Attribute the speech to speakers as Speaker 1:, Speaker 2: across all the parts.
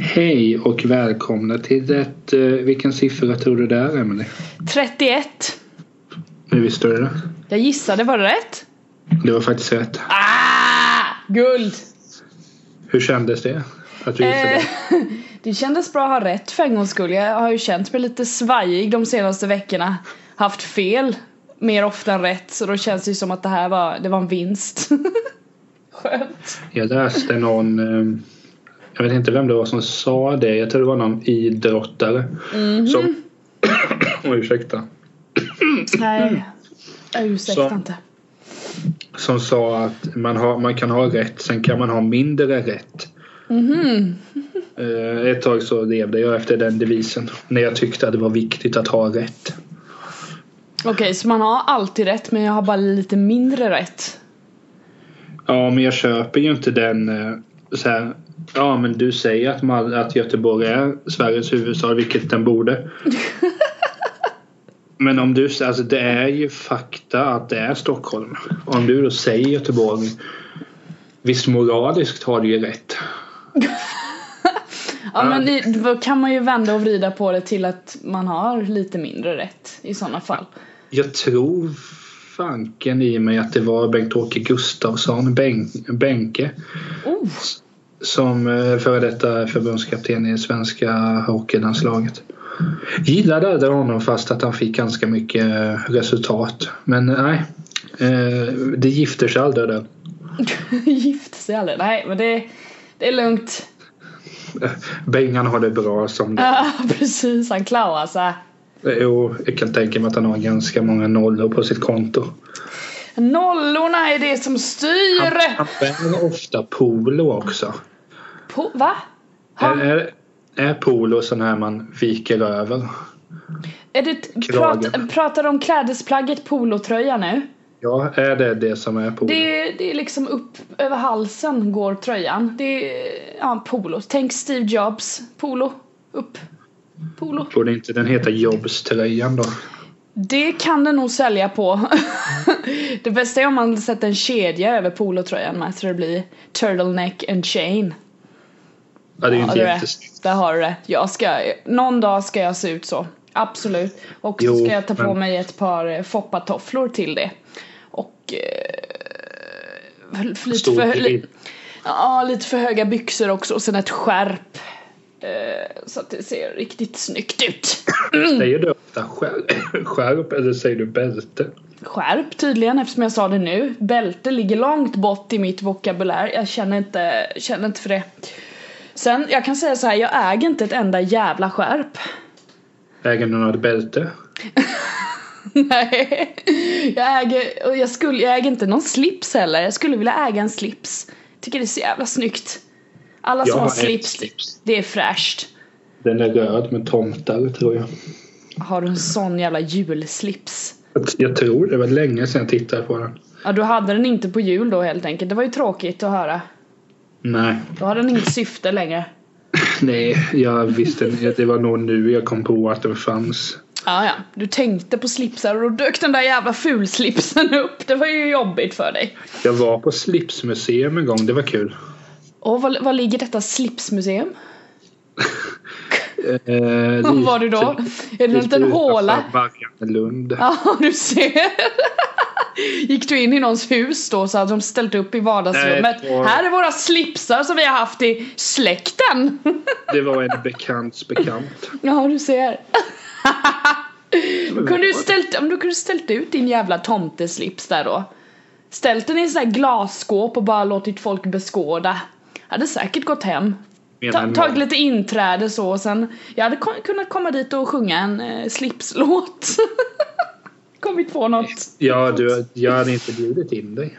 Speaker 1: Hej och välkomna till det. eh, Vilken siffra tror du det är, Emelie?
Speaker 2: 31.
Speaker 1: Nu visste du det.
Speaker 2: Jag gissade, var det rätt?
Speaker 1: Det var faktiskt rätt.
Speaker 2: Ah! Guld!
Speaker 1: Hur kändes det? Att du gissade?
Speaker 2: Eh, det kändes bra att ha rätt för en gångs skull. Jag har ju känt mig lite svajig de senaste veckorna. Haft fel mer ofta än rätt så då känns det ju som att det här var, det var en vinst. Skönt.
Speaker 1: Jag läste någon, eh, jag vet inte vem det var som sa det, jag tror det var någon idrottare. Som, oh, ursäkta.
Speaker 2: Nej, jag ursäktar
Speaker 1: Så-
Speaker 2: inte.
Speaker 1: Som sa att man, har, man kan ha rätt, sen kan man ha mindre rätt. Eh, Ett tag så levde jag efter den devisen. När jag tyckte att det var viktigt att ha rätt.
Speaker 2: Okej, så man har alltid rätt men jag har bara lite mindre rätt.
Speaker 1: Ja, men jag köper ju inte den eh, så här. Ja, men du säger att, Mal- att Göteborg är Sveriges huvudstad, vilket den borde. men om du säger, alltså det är ju fakta att det är Stockholm. Om du då säger Göteborg, visst moraliskt har du ju rätt.
Speaker 2: Ja, men det, då kan man ju vända och vrida på det till att man har lite mindre rätt i sådana fall.
Speaker 1: Jag tror fanken i mig att det var Bengt-Åke Gustafsson, Bän- Benke,
Speaker 2: Oh,
Speaker 1: som eh, före detta förbundskapten i svenska hockeylandslaget. Gillade aldrig honom fast att han fick ganska mycket eh, resultat. Men eh, nej, eh, det gifter sig aldrig det.
Speaker 2: gift sig aldrig. Nej, men det, det är lugnt.
Speaker 1: Bengan har det bra som det
Speaker 2: Ja, precis. Han klarar sig.
Speaker 1: Jo, jag kan tänka mig att han har ganska många nollor på sitt konto.
Speaker 2: Nollorna är det som styr!
Speaker 1: Han bär ofta polo också.
Speaker 2: På, va?
Speaker 1: Är,
Speaker 2: Har,
Speaker 1: är, är polo sån här man viker över?
Speaker 2: är det,
Speaker 1: kragen.
Speaker 2: prat, pratar du om klädesplagget polotröja nu?
Speaker 1: Ja, är det det som är polo?
Speaker 2: Det, det är liksom upp över halsen går tröjan. Det är ja, polo. Tänk Steve Jobs. Polo. Upp. Polo.
Speaker 1: Borde inte den heta jobbströjan då?
Speaker 2: Det kan den nog sälja på. det bästa är om man sätter en kedja över polotröjan med så det blir turtleneck and chain.
Speaker 1: Ja, det är ju
Speaker 2: Ja,
Speaker 1: inte
Speaker 2: du är.
Speaker 1: jättesnyggt.
Speaker 2: Där har du det. Jag ska, någon dag ska jag se ut så. Absolut. Och så
Speaker 1: Jo,
Speaker 2: ska jag ta på
Speaker 1: men-
Speaker 2: mig ett par eh, foppatofflor till det. Och... Eh, för- för lite,
Speaker 1: Stor
Speaker 2: för, li,
Speaker 1: grill.
Speaker 2: ja, lite för höga byxor också och sen ett skärp. Eh, så att det ser riktigt snyggt ut.
Speaker 1: Säger du ofta skär- skärp eller säger du bälte?
Speaker 2: Skärp tydligen eftersom jag sa det nu. Bälte ligger långt bort i mitt vokabulär. Jag känner inte, känner inte för det. Sen, jag kan säga så här, jag äger inte ett enda jävla skärp.
Speaker 1: Äger du något bälte?
Speaker 2: Nej, jag äger, och jag, skulle, jag äger inte någon slips heller. Jag skulle vilja äga en slips. Tycker det är så jävla snyggt. Alla
Speaker 1: Jag
Speaker 2: som har
Speaker 1: har ett
Speaker 2: Alltså, slips,
Speaker 1: slips.
Speaker 2: det är fräscht.
Speaker 1: Den är röd med tomtar tror jag.
Speaker 2: Har du en sån jävla julslips?
Speaker 1: Jag tror det var länge sedan jag tittade på den.
Speaker 2: Ja, du hade den inte på jul då helt enkelt. Det var ju tråkigt att höra.
Speaker 1: Nej,
Speaker 2: Då hade den inget syfte längre.
Speaker 1: nej, jag visste inte. Det var nog nu jag kom på att den fanns.
Speaker 2: Ja, ja. Du tänkte på slipsar och då dök den där jävla fulslipsen upp. Det var ju jobbigt för dig.
Speaker 1: Jag var på slipsmuseum en gång, det var kul.
Speaker 2: Och var, var ligger detta slipsmuseum?
Speaker 1: Eh,
Speaker 2: Var var du då? Är det en
Speaker 1: alltså,
Speaker 2: liten håla?
Speaker 1: Mariannelund.
Speaker 2: Ja, du ser. Gick du in i någons hus då så hade de ställt upp i vardagsrummet.
Speaker 1: Nej, det var-
Speaker 2: Här är våra slipsar som vi har haft i släkten.
Speaker 1: Det var en bekants bekant.
Speaker 2: Ja, du ser. Du kunde ju ställt, om du kunde ställt ut din jävla tomteslips där då. Ställt den i en sån här glasskåp och bara låtit folk beskåda. Hade säkert gått hem.
Speaker 1: Menar
Speaker 2: Ta,
Speaker 1: någon.
Speaker 2: tagit lite inträde så och sen. Jag hade kon- kunnat komma dit och sjunga en eh, slipslåt. Kommit på något.
Speaker 1: Ja, du, jag hade inte bjudit in dig.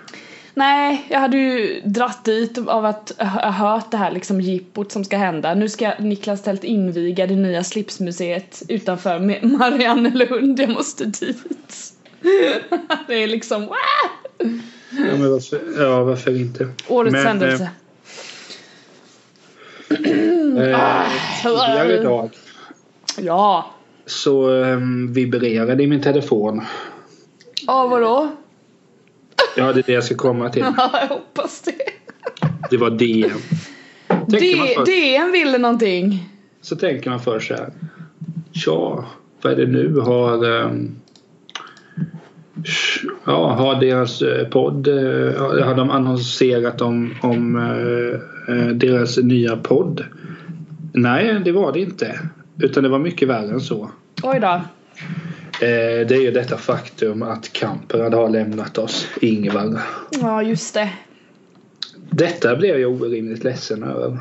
Speaker 2: Nej, jag hade ju dratt dit av att ha hört det här liksom jippot som ska hända. Nu ska Niklas Tält inviga det nya slipsmuseet utanför Ma- Mariannelund. Jag måste dit. Det är liksom "Wah!"
Speaker 1: Ja, men varför, ja, varför inte?
Speaker 2: Årets
Speaker 1: Men,
Speaker 2: händelse.
Speaker 1: eh, eh, Tidigare idag
Speaker 2: Ja.
Speaker 1: så um, vibrerade i min telefon.
Speaker 2: Ja, vadå?
Speaker 1: Ja, det är det jag ska komma till.
Speaker 2: Ja, jag hoppas det.
Speaker 1: Det var DM. tänker man
Speaker 2: Det,
Speaker 1: först,
Speaker 2: DN ville någonting.
Speaker 1: Så tänker man först så här. Ja, vad är det nu? Har... ehm, ja, har deras eh, podd... eh, har de annonserat om, om eh, eh, deras nya podd? Nej, det var det inte. Utan det var mycket värre än så.
Speaker 2: Oj då.
Speaker 1: Eh, det är ju detta faktum att Kamprad har lämnat oss, Ingvar.
Speaker 2: Ja, just det.
Speaker 1: Detta blev jag orimligt ledsen över.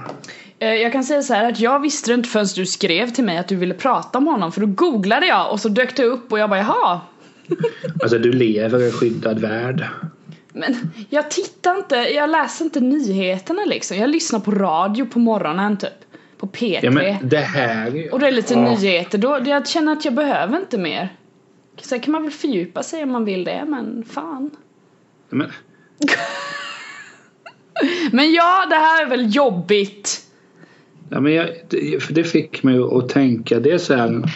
Speaker 2: Eh, Jag kan säga så här att jag visste det inte förrän du skrev till mig att du ville prata om honom för då googlade jag och så dök det upp och jag bara jaha.
Speaker 1: Alltså du lever i en skyddad värld.
Speaker 2: Men jag tittar inte, jag läser inte nyheterna liksom. Jag lyssnar på radio på morgonen typ. På P3.
Speaker 1: Ja men det här...
Speaker 2: Och det är lite
Speaker 1: Ja.
Speaker 2: nyheter. Då, jag känner att jag behöver inte mer. Sen kan man väl fördjupa sig om man vill det, men fan.
Speaker 1: Men,
Speaker 2: Men ja, det här är väl jobbigt.
Speaker 1: ja, men jag, det, för det fick mig att tänka. Det är så här...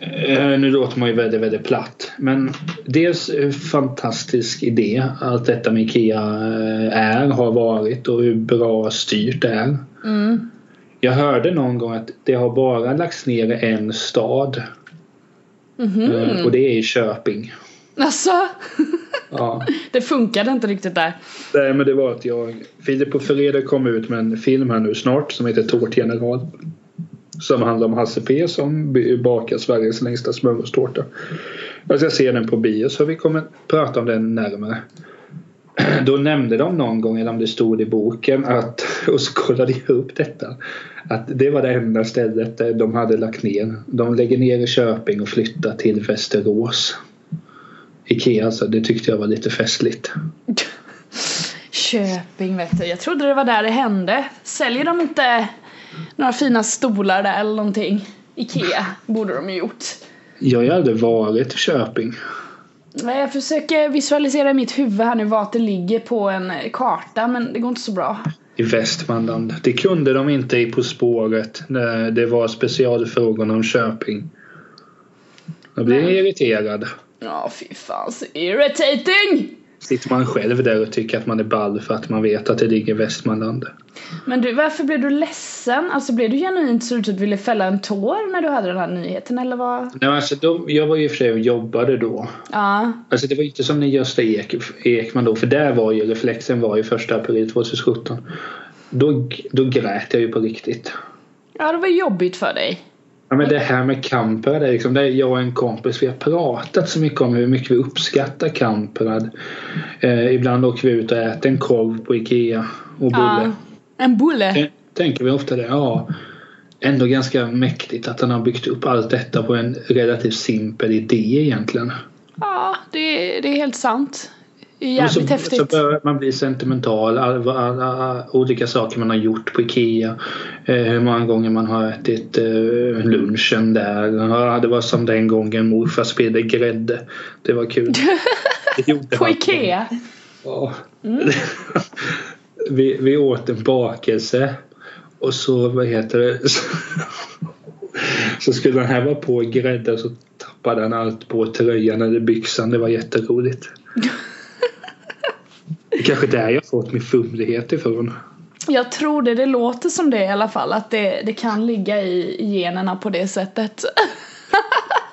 Speaker 1: Eh, Nu låter man ju väldigt, väldigt platt. Men dels hur fantastisk idé allt detta med IKEA eh, är, har varit och hur bra styrt det är.
Speaker 2: Mm.
Speaker 1: Jag hörde någon gång att det har bara lagts ner en stad
Speaker 2: Mhm.
Speaker 1: eh, och det är i Köping.
Speaker 2: Alltså,
Speaker 1: Ja.
Speaker 2: det funkade inte riktigt där.
Speaker 1: Nej men det var att jag, Filip och Freda kom ut med en film här nu snart som heter Tårtgeneral. Som handlar om Hasse P som by- bakar Sveriges längsta smörgåstårta. Alltså, Jag ska se den på bio så vi kommer prata om den närmare. Då nämnde de någon gång, eller om det stod i boken, att, och så kollade jag upp detta. Att det var det enda stället där de hade lagt ner. De lägger ner i Köping och flyttar till Västerås. Ikea alltså, det tyckte jag var lite festligt.
Speaker 2: Köping vet du. Jag trodde det var där det hände. Säljer de inte några fina stolar där eller någonting? Ikea borde de ju gjort.
Speaker 1: Jag har ju aldrig varit i Köping.
Speaker 2: Nej, Jag försöker visualisera i mitt huvud här nu vart det ligger på en karta men det går inte så bra.
Speaker 1: I Västmanland. Det kunde de inte i På spåret. När det var specialfrågorna om Köping. Jag blir
Speaker 2: Nej.
Speaker 1: irriterad.
Speaker 2: Ja, fy fan så irritating!
Speaker 1: Sitter man själv där och tycker att man är ball för att man vet att det ligger i Västmanland.
Speaker 2: Men du, varför blev du ledsen? Alltså blev du genuint så du typ ville fälla en tår när du hade den här nyheten eller vad?
Speaker 1: Nej, alltså, de, jag var ju i och för sig och jobbade då.
Speaker 2: Ja,
Speaker 1: Alltså det var inte som när Gösta Ek, Ekman då. För där var ju reflexen var ju första april 2017. Då, då grät jag ju på riktigt.
Speaker 2: ja det var jobbigt för dig.
Speaker 1: Ja, men det här med Kamprad, är liksom, det är jag och en kompis vi har pratat så mycket om hur mycket vi uppskattar Kamprad. Eh, ibland åker vi ut och äter en korv på Ikea och bulle. Mm.
Speaker 2: Ja. En bulle?
Speaker 1: Tän- Tänker vi ofta det. Ja, ändå ganska mäktigt att han har byggt upp allt detta på en relativt simpel idé egentligen.
Speaker 2: Ja, det, det är helt sant. Det är
Speaker 1: Men så,
Speaker 2: jävligt
Speaker 1: så
Speaker 2: häftigt.
Speaker 1: börjar man bli sentimental. Alla, alla, alla olika saker man har gjort på Ikea. Eh, hur många gånger man har ätit eh, lunchen där. Ja, det var som den gången morfar spelade grädde. Det var kul. Det gjorde
Speaker 2: På
Speaker 1: man.
Speaker 2: Ikea?
Speaker 1: Ja. vi, vi åt en bakelse. Och så, vad heter det? Så skulle den här vara på grädde och så tappade han allt på tröjan eller byxan. Det var jätteroligt. Det är kanske där jag fått min fumlighet ifrån.
Speaker 2: Jag tror det, det låter som det i alla fall. Att det, det kan ligga i i generna på det sättet.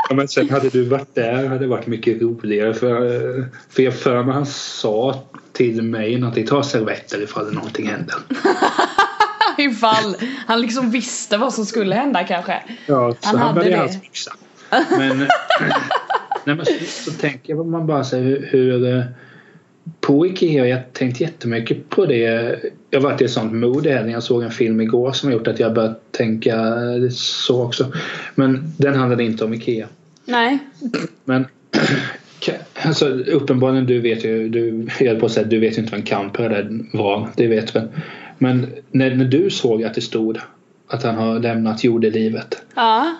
Speaker 1: Ja, men sen hade du varit där hade det varit mycket roligare. För, eh, för jag för mig han sa till mig någonting. Ta servetter ifall någonting händer.
Speaker 2: Ifall han liksom visste vad som skulle hända kanske.
Speaker 1: Ja, så han
Speaker 2: Han hade
Speaker 1: hamnade i
Speaker 2: det.
Speaker 1: hans byxa. Men, nej, men så, så tänker jag på man bara säger hur, hur eh, på Ikea, jag har tänkt jättemycket på det. Jag har varit i ett sånt mode här när jag såg en film igår som har gjort att jag börjat tänka eh, så också. Men den handlade inte om Ikea.
Speaker 2: Nej.
Speaker 1: Men ka- alltså, uppenbarligen, du vet ju, du, jag höll på att säga, du vet ju inte vad en camper där var. Det vet väl. Men när, när du såg att det stod att han har lämnat jordelivet.
Speaker 2: Ja.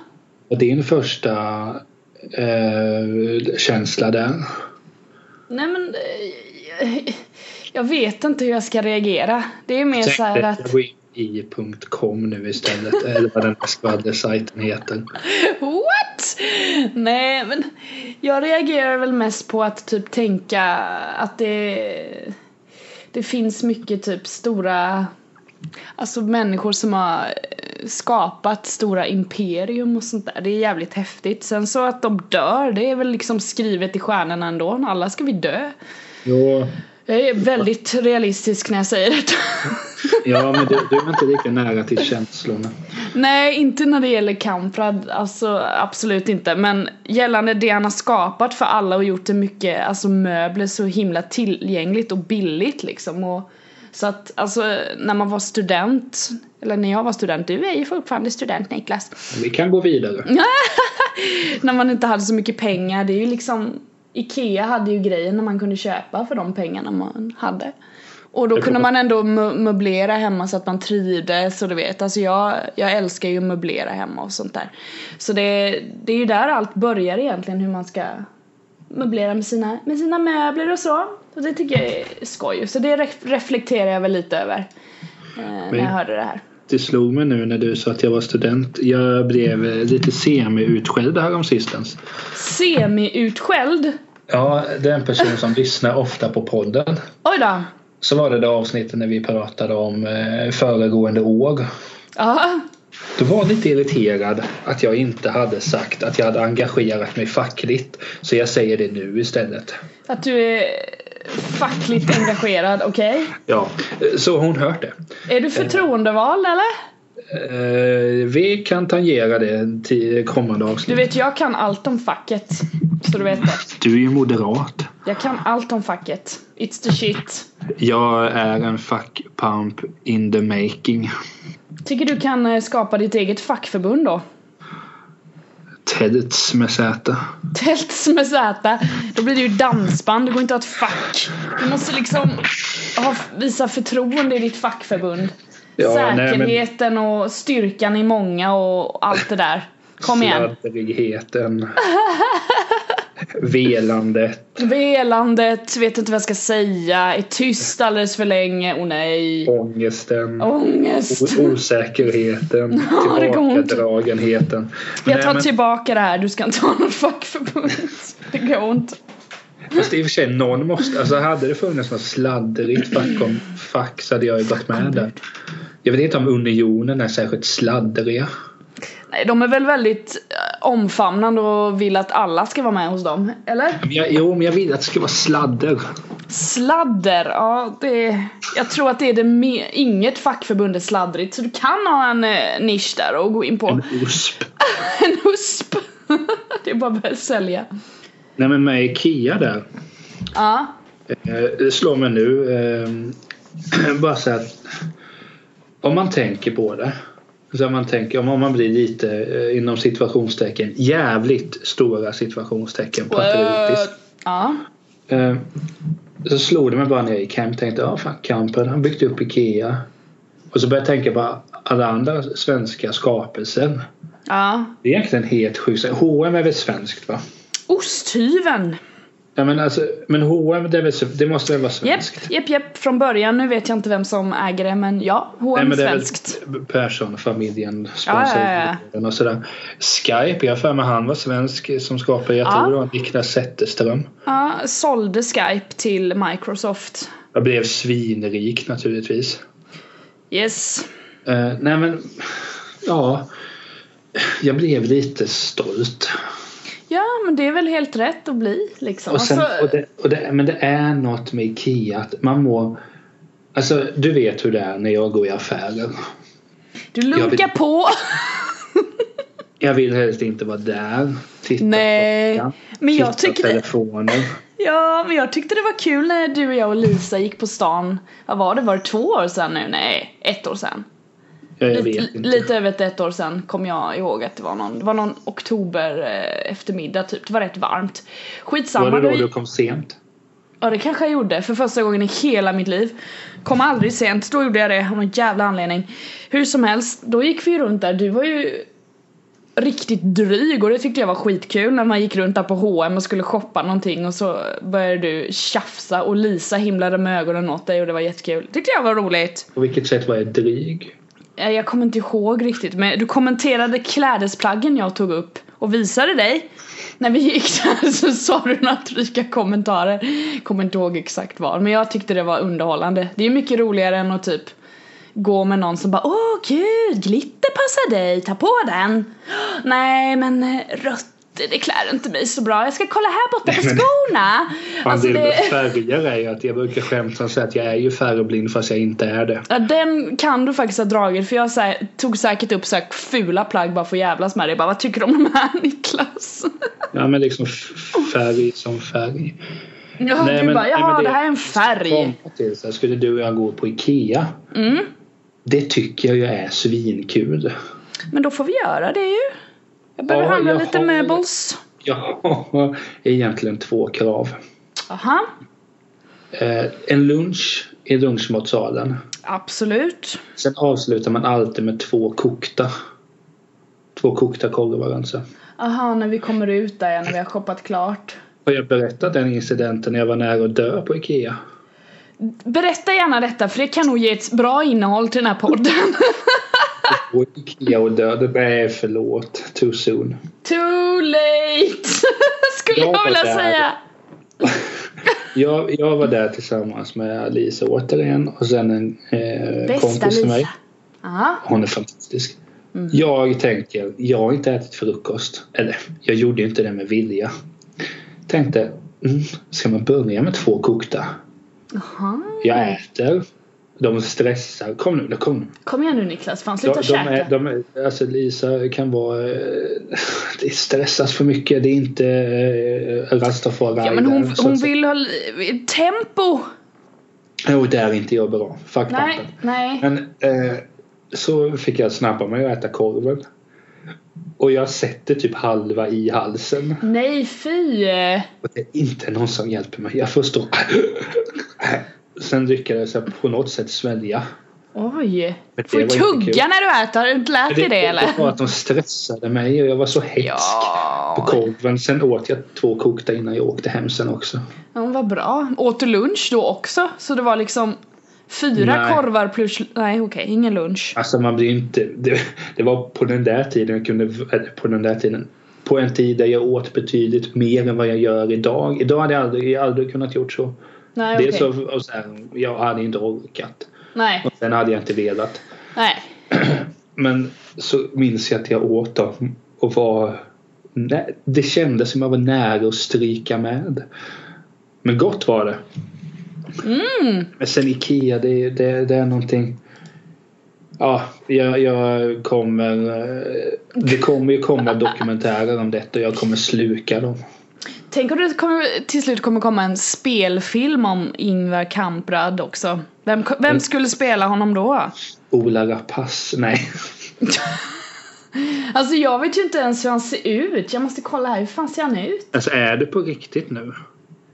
Speaker 1: Och din första eh, känsla där?
Speaker 2: Nej men... eh, Jag vet inte hur jag ska reagera. Det är mer så här att...
Speaker 1: i.com nu istället. eller vad den där skvallersajten heter.
Speaker 2: What? Nej men... Jag reagerar väl mest på att typ tänka att det... Det finns mycket typ stora Alltså människor som har eh, skapat stora imperium och sånt där. Det är jävligt häftigt. Sen så att de dör, det är väl liksom skrivet i stjärnorna ändå. Alla ska vi dö.
Speaker 1: Jo,
Speaker 2: Jag är väldigt realistisk när jag säger detta.
Speaker 1: ja, men du, du är inte lika nära till känslorna.
Speaker 2: Nej, inte när det gäller Kamprad. Alltså absolut inte. Men gällande det han har skapat för alla och gjort det mycket, alltså möbler så himla tillgängligt och billigt liksom. Och, så att alltså när man var student, eller när jag var student, du är ju fortfarande student Niklas.
Speaker 1: Vi kan gå vidare.
Speaker 2: när man inte hade så mycket pengar, det är ju liksom Ikea hade ju grejer när man kunde köpa för de pengarna man hade. Och då
Speaker 1: Jag
Speaker 2: kunde
Speaker 1: kommer-
Speaker 2: man ändå mö- möblera hemma så att man trivdes och du vet, alltså jag, jag älskar ju att möblera hemma och sånt där. Så det, det är ju där allt börjar egentligen hur man ska möblera med sina, med sina möbler och så. Och det tycker jag är skoj. Så det ref- reflekterar jag väl lite över eh, när
Speaker 1: Men-
Speaker 2: jag hörde det här.
Speaker 1: Det slog mig nu när du sa att jag var student. Jag blev eh, lite semi-utskälld häromsistens.
Speaker 2: Semi-utskälld?
Speaker 1: Ja, det är en person som lyssnar ofta på podden.
Speaker 2: Oj då!
Speaker 1: Så var det det avsnittet när vi pratade om eh, föregående år.
Speaker 2: Ja,
Speaker 1: Du var lite irriterad att jag inte hade sagt att jag hade engagerat mig fackligt. Så jag säger det nu istället.
Speaker 2: Att du är fackligt engagerad, okej?
Speaker 1: Ja, eh, så har hon hört det.
Speaker 2: Är du förtroendevald eller?
Speaker 1: Eh, Vi kan tangera det till kommande
Speaker 2: Du
Speaker 1: avsnitt.
Speaker 2: vet, jag kan allt om facket. Så du vet det.
Speaker 1: Du är ju moderat.
Speaker 2: Jag kan allt om facket. It's the shit.
Speaker 1: Jag är en fackpamp in the making.
Speaker 2: Tycker du kan eh, skapa ditt eget fackförbund då?
Speaker 1: Teds med Z.
Speaker 2: Tälts med Z. Då blir det ju dansband, det går inte att ha ett fack. Du måste liksom ha, visa förtroende i ditt fackförbund.
Speaker 1: Ja, nej,
Speaker 2: Säkerheten och styrkan i många och allt det där. Kom igen.
Speaker 1: Sladdrigheten. Velandet.
Speaker 2: Velandet, vet inte vad jag ska säga, är tyst alldeles för länge, åh nej.
Speaker 1: Ångesten.
Speaker 2: Ångest.
Speaker 1: o- Osäkerheten.
Speaker 2: det går ont.
Speaker 1: Tillbakadragenheten.
Speaker 2: Jag
Speaker 1: Nej,
Speaker 2: tar
Speaker 1: men-
Speaker 2: tillbaka det här, du ska inte ha något fackförbund. Det går ont.
Speaker 1: Fast i och för sig, någon måste. Alltså hade det funnits något sladdrigt fack om fack så hade jag ju gått med där. Jag vet inte om unionen är särskilt sladdriga.
Speaker 2: Nej, de är väl väldigt eh, omfamnande och vill att alla ska vara med hos dem, eller?
Speaker 1: Men jag, jo, men jag vill att det ska vara sladder.
Speaker 2: Sladder, ja det... Jag tror att det är det me- Inget fackförbund är sladdrigt, så du kan ha en eh, nisch där och gå in på.
Speaker 1: En usp.
Speaker 2: En husp. Det är bara att börja sälja.
Speaker 1: Nej men med Ikea där.
Speaker 2: Ja.
Speaker 1: Eh, Det slår mig nu. Eh, bara så att om man tänker på det. Så om man tänker om om man blir lite eh, inom situationstecken jävligt stora situationstecken patriotisk.
Speaker 2: Ja.
Speaker 1: Eh, så slog det mig bara när jag gick hem. Tänkte ja fan Kampen han byggt upp Ikea. Och så började jag tänka på alla andra svenska skapelser.
Speaker 2: Ja.
Speaker 1: Det är egentligen helt sjukt. H&M är väl svenskt va?
Speaker 2: Osthyveln!
Speaker 1: Ja, men, alltså, men H&M det, är väl, sv- det måste väl vara
Speaker 2: Japp, H&M
Speaker 1: svenskt?
Speaker 2: japp, japp. Från början, nu vet jag inte vem som äger det men ja, H&M
Speaker 1: men det är väl
Speaker 2: svenskt.
Speaker 1: Persson, familjen,
Speaker 2: Ja, ja, ja,
Speaker 1: sponsrar och sådär. Skype, jag har för mig han var svensk som skapade, jag tror
Speaker 2: Ja.
Speaker 1: det var Niklas Zetterström.
Speaker 2: Ja, sålde Skype till Microsoft.
Speaker 1: Jag blev svinrik naturligtvis.
Speaker 2: Yes.
Speaker 1: Eh, nej men, ja. Jag blev lite stolt.
Speaker 2: Ja, men det är väl helt rätt att bli liksom.
Speaker 1: Och sen,
Speaker 2: alltså,
Speaker 1: och det, och det, men det är något med Ikea att man må... Alltså du vet hur det är när jag går i affärer.
Speaker 2: du lunkar
Speaker 1: jag vet-
Speaker 2: på!
Speaker 1: Jag vill helst inte vara där. Titta
Speaker 2: Nej,
Speaker 1: på klockan,
Speaker 2: men jag
Speaker 1: titta på
Speaker 2: tycker det-
Speaker 1: telefonen.
Speaker 2: Ja, men jag tyckte det var kul när du och jag och Lisa gick på stan. Vad var det? Var det två år sedan nu? Nej, ett år sedan.
Speaker 1: Ja, jag
Speaker 2: Lite,
Speaker 1: vet inte.
Speaker 2: lite över ett, ett år sedan kom jag ihåg att det var någon, det var någon oktober eh, eftermiddag typ. Det var rätt varmt. Skitsamma.
Speaker 1: Var det då
Speaker 2: då-
Speaker 1: du kom sent?
Speaker 2: Ja det kanske jag gjorde för första gången i hela mitt liv. Kom aldrig sent, då gjorde jag det av någon jävla anledning. Hur som helst, då gick vi ju runt där, du var ju riktigt dryg och det tyckte jag var skitkul när man gick runt där på H&M och skulle shoppa någonting och så började du tjafsa och Lisa himlade med ögonen åt dig och det var jättekul. tyckte jag var roligt.
Speaker 1: På vilket sätt var jag dryg?
Speaker 2: Eh, Jag kommer inte ihåg riktigt men du kommenterade klädesplaggen jag tog upp och visade dig. När vi gick där så sa du några dryga kommentarer. Kommer inte ihåg exakt vad men jag tyckte det var underhållande. Det är mycket roligare än att typ gå med någon som bara åh gud, glitter passar dig, ta på den. Nej men eh, rött det klär inte mig så bra. Jag ska kolla här borta på
Speaker 1: men-
Speaker 2: skorna. Alltså,
Speaker 1: Alltså, det...
Speaker 2: det,
Speaker 1: Färger är ju att jag brukar skämta och säga att jag är ju färgblind fast jag inte är det.
Speaker 2: ja, den kan du faktiskt ha dragit för jag så här, tog säkert upp så här, fula plagg bara för att jävlas med dig. Bara, vad tycker du om de här Niklas?
Speaker 1: Ja men liksom f- färg som färg.
Speaker 2: Ja,
Speaker 1: Nej,
Speaker 2: du
Speaker 1: men-
Speaker 2: bara,
Speaker 1: nej, men
Speaker 2: ja det,
Speaker 1: det-
Speaker 2: här är en färg.
Speaker 1: Komma till så här, skulle du och jag gå på Ikea.
Speaker 2: Mm.
Speaker 1: Det tycker jag ju är svinkul.
Speaker 2: Men då får vi göra det ju. Jag behöver
Speaker 1: Ja,
Speaker 2: handla
Speaker 1: jag
Speaker 2: lite
Speaker 1: har-
Speaker 2: möbels.
Speaker 1: Jag har egentligen två krav.
Speaker 2: Aha,
Speaker 1: Eh, en lunch i lunchmatsalen.
Speaker 2: absolut.
Speaker 1: Sen avslutar man alltid med två kokta. Två kokta korvar alltså.
Speaker 2: Aha, när vi kommer ut där när vi har shoppat klart.
Speaker 1: Har jag berättat den incidenten när jag var nära att dö på Ikea?
Speaker 2: Berätta gärna detta för det kan nog ge ett bra innehåll till den här podden.
Speaker 1: Och Ikea och dö. Nej förlåt. Too soon.
Speaker 2: Too late! Skulle
Speaker 1: Jag
Speaker 2: jag vilja
Speaker 1: var där.
Speaker 2: säga.
Speaker 1: Jag, jag var där tillsammans med Lisa återigen och sen en eh, kompis till mig.
Speaker 2: Ja,
Speaker 1: Hon är fantastisk.
Speaker 2: Mm.
Speaker 1: Jag tänker, jag har inte ätit frukost. Eller, jag gjorde ju inte det med vilja. Tänkte, mm, ska man börja med två kokta?
Speaker 2: Aha.
Speaker 1: Jag
Speaker 2: Mm.
Speaker 1: äter. De stressar. Kom nu, kom nu.
Speaker 2: Kom igen nu Niklas, fan
Speaker 1: De,
Speaker 2: sluta
Speaker 1: de är,
Speaker 2: käka.
Speaker 1: de är, alltså Lisa kan vara... eh, Det stressas för mycket. Det är inte eh, rastafari.
Speaker 2: Ja men hon,
Speaker 1: där, så
Speaker 2: hon
Speaker 1: att-
Speaker 2: vill ha li- tempo!
Speaker 1: Jo, där är inte jag bra. Fuck pumpen.
Speaker 2: Nej, nej.
Speaker 1: Men eh, så fick jag snabba mig att äta korven. Och jag sätter typ halva i halsen.
Speaker 2: Nej fy!
Speaker 1: Och det är inte någon som hjälper mig. Jag förstår. Sen lyckades jag på något sätt svälja.
Speaker 2: Oj.
Speaker 1: Men det
Speaker 2: Får du
Speaker 1: var inte
Speaker 2: tugga
Speaker 1: kul.
Speaker 2: när du äter? Har du inte lärt dig det eller?
Speaker 1: Det var att de stressade mig och jag var så hetsk på
Speaker 2: Ja,
Speaker 1: korven. Sen åt jag två kokta innan jag åkte hem sen också.
Speaker 2: hon var bra. Åt du lunch då också? Så det var liksom fyra
Speaker 1: Nej.
Speaker 2: korvar plus... Nej okej, ingen lunch.
Speaker 1: Alltså man blir ju inte... Det, det var på den där tiden jag kunde... Eller på den där tiden. På en tid där jag åt betydligt mer än vad jag gör idag. Idag hade jag aldrig, jag aldrig kunnat gjort så.
Speaker 2: Nej okej.
Speaker 1: Dels så, och så här, jag hade inte orkat.
Speaker 2: Nej,
Speaker 1: Och sen hade jag inte velat.
Speaker 2: nej.
Speaker 1: Men så minns jag att jag åt dem och var... nä- Det kändes som jag var nära att stryka med. Men gott var det. Men sen Ikea, det, det, det är någonting... Ja, jag, jag kommer... eh, Det kommer ju komma dokumentärer om detta och jag kommer sluka dem.
Speaker 2: Tänk om det kommer, till slut kommer komma en spelfilm om Ingvar Kamprad också. Vem, ko-
Speaker 1: Mm.
Speaker 2: vem skulle spela honom då?
Speaker 1: Ola Rapace, nej.
Speaker 2: Alltså jag vet ju inte ens hur han ser ut. Jag måste kolla här, hur fan ser han ut?
Speaker 1: Alltså är det på riktigt nu?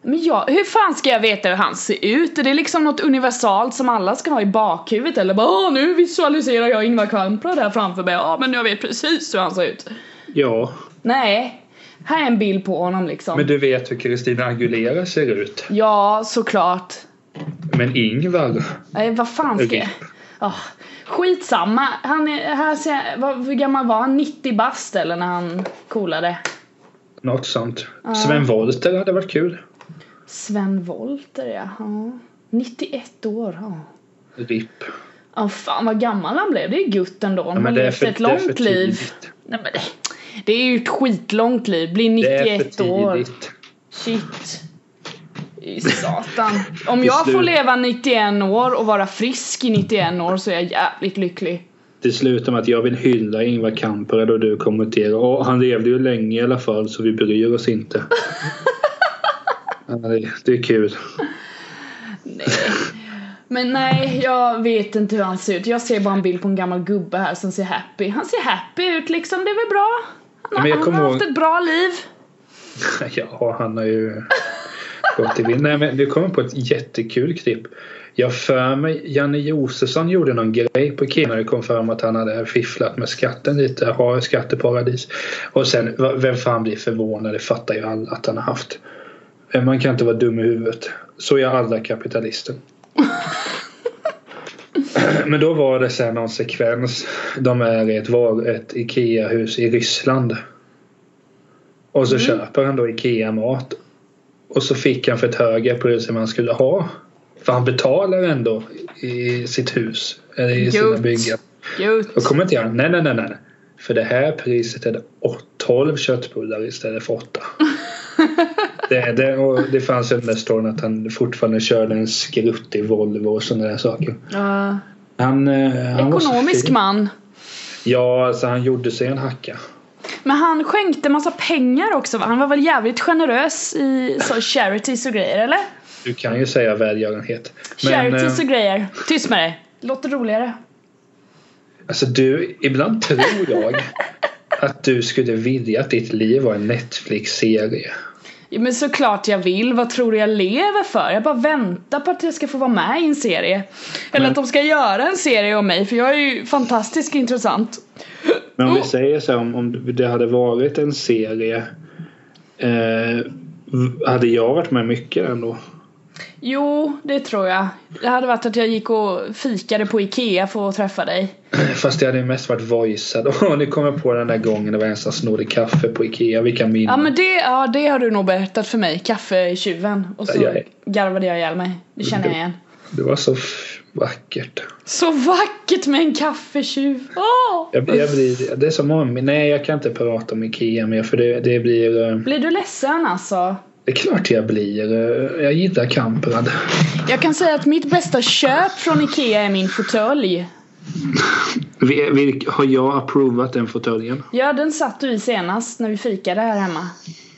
Speaker 2: Men jag, hur fan ska jag veta hur han ser ut? Är det liksom något universalt som alla ska ha i bakhuvudet? Eller bara "Åh, nu visualiserar jag Ingvar Kamprad här framför mig. Ja men jag vet precis hur han ser ut.
Speaker 1: Ja.
Speaker 2: Nej, här är en bild på honom liksom.
Speaker 1: Men du vet hur Christina Aguilera ser ut.
Speaker 2: Ja, såklart.
Speaker 1: Men Ingvar?
Speaker 2: Nej, vad fan ska jag...
Speaker 1: Okej.
Speaker 2: Ah, skitsamma. Han är, här ser jag, vad, hur gammal var han? 90 bast eller när han coolade?
Speaker 1: Något sånt. Sven Wollter hade varit kul.
Speaker 2: Sven Wollter ja. ja. 91 år. Ja,
Speaker 1: RIP.
Speaker 2: ah, fan vad gammal han blev. Det är gutt ändå. Han
Speaker 1: Ja,
Speaker 2: har
Speaker 1: men det är
Speaker 2: levt
Speaker 1: för,
Speaker 2: ett
Speaker 1: det är för
Speaker 2: långt liv.
Speaker 1: tidigt.
Speaker 2: Nej, men det, det är ju ett skitlångt liv. Blir
Speaker 1: Det är för
Speaker 2: 91 år.
Speaker 1: tidigt.
Speaker 2: Shit. I satan. Om
Speaker 1: Till
Speaker 2: jag får
Speaker 1: slut.
Speaker 2: leva 91 år och vara frisk i 91 år så är jag jävligt lycklig.
Speaker 1: Det slutar med att jag vill hylla Ingvar Kamprad och du kommenterar Åh, han levde ju länge i alla fall så vi bryr oss inte. ja, det, det är kul.
Speaker 2: Men nej, jag vet inte hur han ser ut. Jag ser bara en bild på en gammal gubbe här som ser happy. Han ser happy ut liksom, det är väl bra? Han,
Speaker 1: men jag
Speaker 2: han
Speaker 1: kommer
Speaker 2: har
Speaker 1: ihåg-
Speaker 2: haft ett bra liv.
Speaker 1: Ja, han har ju gått i vind. Nej, men du kommer på ett jättekul klipp. Jag för mig Janne Josefsson gjorde någon grej på Ikea när det kom fram att han hade fifflat med skatten lite. Har skatteparadis. Och sen, va- vem fan blir förvånad? Det fattar ju alla att han har haft. Eh, Man kan inte vara dum i huvudet. Så gör alla kapitalister. Men då var det sen någon sekvens. De är i ett, var- ett Ikea-hus i Ryssland. Och så köper han då Ikea-mat. Och så fick han för ett högre pris än vad han skulle ha. För han betalar ändå i sitt hus. Eller i sina
Speaker 2: Gjort.
Speaker 1: byggen.
Speaker 2: Gjort.
Speaker 1: Då kommer inte jag. Nej, nej, nej, nej. nej. För det här priset är det åt- 12 köttbullar istället för 8. det, det, och det fanns under storyn att han fortfarande körde en skruttig Volvo och sådana där saker.
Speaker 2: Ja.
Speaker 1: Han, eh, han var så
Speaker 2: ekonomisk
Speaker 1: fin.
Speaker 2: man.
Speaker 1: Ja, alltså han gjorde sig en hacka.
Speaker 2: Men han skänkte massa pengar också va? Han var väl jävligt generös i så charities och grejer eller?
Speaker 1: Du kan ju säga välgörenhet. Men eh,
Speaker 2: charities och grejer. Tyst med dig. Låter roligare.
Speaker 1: alltså du, ibland tror jag att du skulle vilja att ditt liv var en Netflix-serie.
Speaker 2: Ja, men såklart jag vill. Vad tror du jag lever för? Jag bara väntar på att jag ska få vara med i en serie. Eller
Speaker 1: Men-
Speaker 2: att de ska göra en serie om mig för jag är ju fantastiskt intressant.
Speaker 1: Men om vi
Speaker 2: Oh.
Speaker 1: säger så här, om, om det hade varit en serie. Eh, v- hade jag varit med mycket ändå?
Speaker 2: Jo, det tror jag. Det hade varit att jag gick och fikade på Ikea för att träffa dig.
Speaker 1: Fast jag hade ju mest varit voicead. Åh, nu kommer jag på den där gången det var en som snodde kaffe på Ikea. Vilka minnen.
Speaker 2: Ja men det, ja, det har du nog berättat för mig. Kaffe i tjuven. Och så
Speaker 1: Ja, Mm. ja.
Speaker 2: garvade jag ihjäl mig. Det känner jag igen.
Speaker 1: Det var så f- vackert.
Speaker 2: Så vackert med en kaffetjuv. Åh!
Speaker 1: Jag, jag blir, det är så många min- Nej, jag kan inte prata om Ikea mer för det, det blir... eh,
Speaker 2: Blir du ledsen alltså?
Speaker 1: Det är klart jag blir. eh, Jag gillar Kamprad.
Speaker 2: Jag kan säga att mitt bästa köp från Ikea är min fåtölj.
Speaker 1: Vi- vilk- Har jag approvat den fåtöljen?
Speaker 2: Ja, den satt du i senast när vi fikade här hemma.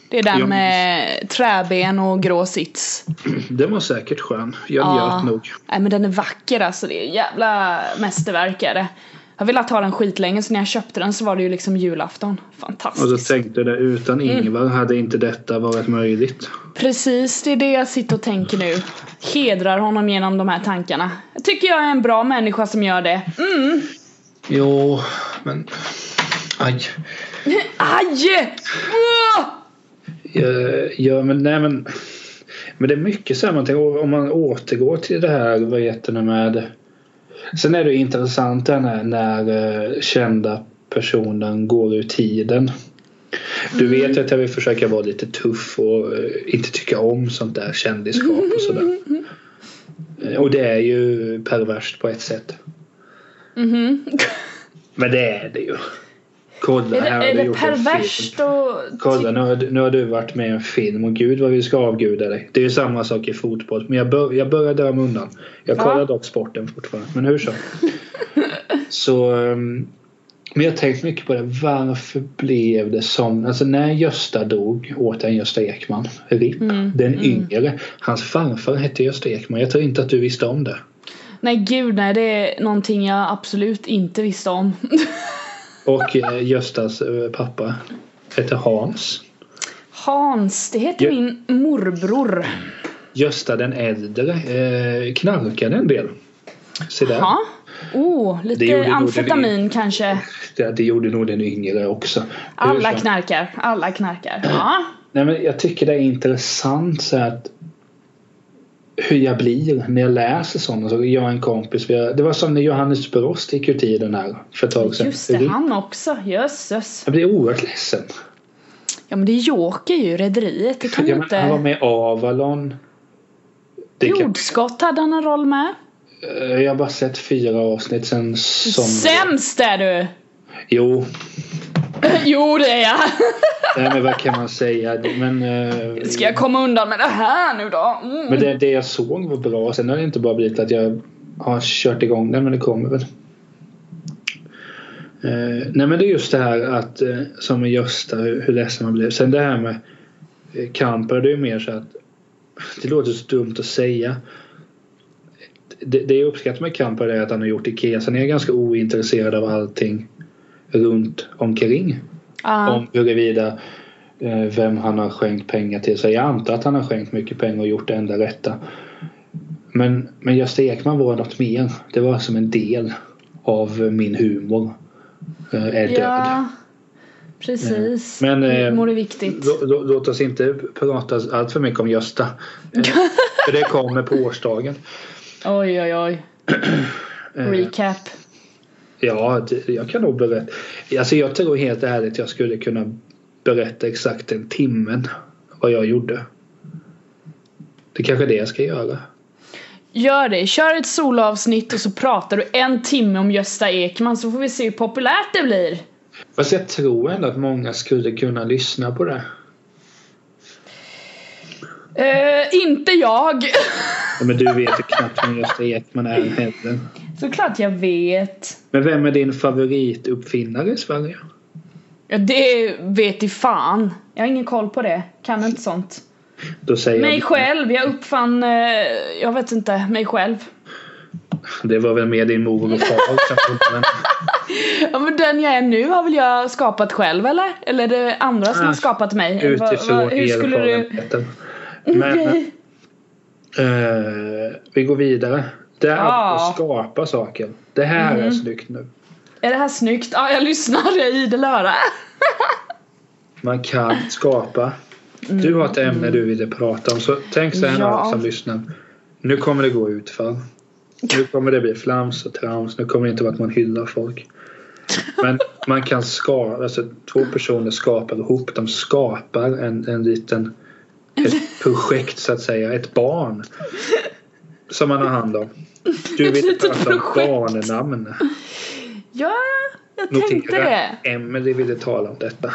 Speaker 2: Det är den
Speaker 1: Ja.
Speaker 2: med träben och grå sits.
Speaker 1: Den var säkert skön. Jag
Speaker 2: Ja.
Speaker 1: njöt nog.
Speaker 2: Nej men den är vacker alltså, det är jävla mästerverk är det. Jag har velat ha den skitlänge så när jag köpte den så var det ju liksom julafton.
Speaker 1: Och då
Speaker 2: Fantastiskt.
Speaker 1: tänkte jag det, utan Ingvar hade inte detta varit möjligt.
Speaker 2: Precis, det är det jag sitter och tänker nu. Hedrar honom genom de här tankarna. Jag tycker jag är en bra människa som gör det. Mm.
Speaker 1: Jo, men... Aj.
Speaker 2: Mm. Aj! Åh!
Speaker 1: Ja, Eh, ja, men nej men... Men det är mycket så här man tänker, om man återgår till det här, vad heter det med... Sen är det ju intressant det här när, när eh, kända personen går ur tiden. Du
Speaker 2: Mm.
Speaker 1: vet ju att jag vill försöka vara lite tuff och eh, inte tycka om sånt där kändisskap och sådär. Eh, Och det är ju perverst på ett sätt.
Speaker 2: Mhm.
Speaker 1: Men det är det ju. Kolla
Speaker 2: Är det,
Speaker 1: här har
Speaker 2: är
Speaker 1: du
Speaker 2: det
Speaker 1: gjort en film.
Speaker 2: perverst och...
Speaker 1: Kolla nu har, nu har du varit med i en film och gud vad vi ska avguda dig. Det är ju samma sak i fotboll. Men jag, bör, jag börjar dra mig undan. Jag
Speaker 2: Ja.
Speaker 1: kollar dock sporten fortfarande. Men hur så. så ehm, men jag har tänkt mycket på det. Varför blev det som... Alltså när Gösta dog, återigen Gösta Ekman, RIP, den yngre. Hans farfar hette Gösta Ekman. Jag tror inte att du visste om det.
Speaker 2: Nej gud nej, det är någonting jag absolut inte visste om.
Speaker 1: Och eh, Göstas eh, pappa hette Hans.
Speaker 2: Hans, det heter
Speaker 1: Ja.
Speaker 2: min morbror.
Speaker 1: Gösta den äldre eh, knarkade en del. Se där.
Speaker 2: Ja. Oh,
Speaker 1: Det gjorde nog
Speaker 2: lite
Speaker 1: den
Speaker 2: amfetamin kanske.
Speaker 1: Det, det gjorde nog den yngre också.
Speaker 2: Alla
Speaker 1: Hur så?
Speaker 2: knarkar, alla knarkar. Ja.
Speaker 1: Nej, men jag tycker det är intressant så här att hur jag blir när jag läser sådana saker. Jag och en kompis, vi har- det var som när Johannes Brost gick ut i den här för ett tag sedan.
Speaker 2: Just det, han också. Jösses.
Speaker 1: Jag blev oerhört ledsen.
Speaker 2: Ja men det är Joker ju, Rederiet. Det kan
Speaker 1: Jag
Speaker 2: ju
Speaker 1: men, han var
Speaker 2: inte...
Speaker 1: med i Avalon. Det kan,
Speaker 2: Jordskott hade han en roll med.
Speaker 1: Eh, jag har bara sett fyra avsnitt sen som...
Speaker 2: Sämst är du!
Speaker 1: Jo,
Speaker 2: Jo det är jag!
Speaker 1: nej, men vad kan man säga? Men, eh,
Speaker 2: Ska jag komma undan med det här nu då?
Speaker 1: Men
Speaker 2: Mm.
Speaker 1: det, det jag såg var bra. Sen har det inte bara blivit att jag har kört igång den, men det kommer väl. Eh, nej men det är just det här att eh, som med Gösta, hur, hur ledsen man blev. Sen det här med eh, Kamper, det är ju mer så att det låter så dumt att säga. Det, det jag uppskattar med Kamper är att han har gjort Ikea. Sen är jag ganska ointresserad av allting runt omkring
Speaker 2: Ja.
Speaker 1: om huruvida eh, vem han har skänkt pengar till. Så jag antar att han har skänkt mycket pengar och gjort det enda rätta. Men, men Gösta Ekman var något mer. Det var som en del av min humor. Eh, är död.
Speaker 2: ja. Precis.
Speaker 1: Men, eh,
Speaker 2: Humor är viktigt.
Speaker 1: Lå- lå- Låt oss inte prata allt för mycket om Gösta. Eh, För det kommer på årsdagen. Eh,
Speaker 2: Oj oj oj. Recap.
Speaker 1: Ja, det- jag kan nog berätta. Alltså jag tror helt ärligt jag skulle kunna berätta exakt en timmen vad jag gjorde. Det är kanske är det jag ska göra.
Speaker 2: Gör det, kör ett solavsnitt och så pratar du en timme om Gösta Ekman så får vi se hur populärt det blir.
Speaker 1: Fast jag tror ändå att många skulle kunna lyssna på det.
Speaker 2: Eh, inte jag!
Speaker 1: Ja, men du vet ju knappt vem Gösta Ekman är heller.
Speaker 2: Såklart jag vet.
Speaker 1: Men vem är din favorituppfinnare i Sverige?
Speaker 2: Ja, det vet i fan. Jag har ingen koll på det. Kan inte sånt.
Speaker 1: Då säger
Speaker 2: Mig
Speaker 1: jag,
Speaker 2: själv, jag uppfann, eh, jag vet inte, mig själv.
Speaker 1: Det var väl mer din mor och far kanske. Men,
Speaker 2: Ja, men den jag är nu har väl jag skapat själv eller? Eller är det andra som
Speaker 1: Ah,
Speaker 2: har skapat mig? Eller vad-
Speaker 1: utifrån
Speaker 2: vad- hur skulle du...
Speaker 1: erfarenheten. Men
Speaker 2: Okej.
Speaker 1: eh, vi går vidare. Det är
Speaker 2: Ja.
Speaker 1: att skapa saker. Det här är snyggt nu.
Speaker 2: Är det här snyggt? Ja, jag lyssnar, jag är idel öra.
Speaker 1: Man kan skapa. Du har ett ämne du ville prata om. Så tänk så här nu
Speaker 2: Ja.
Speaker 1: alla som lyssnar. Nu kommer det gå utför. Nu kommer det bli flams och trams. Nu kommer det inte vara att man hyllar folk. Men man kan skapa. Alltså, två personer skapar ihop. De skapar en, en liten ett projekt så att säga. Ett barn. Som man har hand om. Du vill
Speaker 2: litet
Speaker 1: prata om
Speaker 2: projekt.
Speaker 1: barnnamn.
Speaker 2: Ja, jag tänkte
Speaker 1: Notera.
Speaker 2: det.
Speaker 1: Emelie ville tala om detta.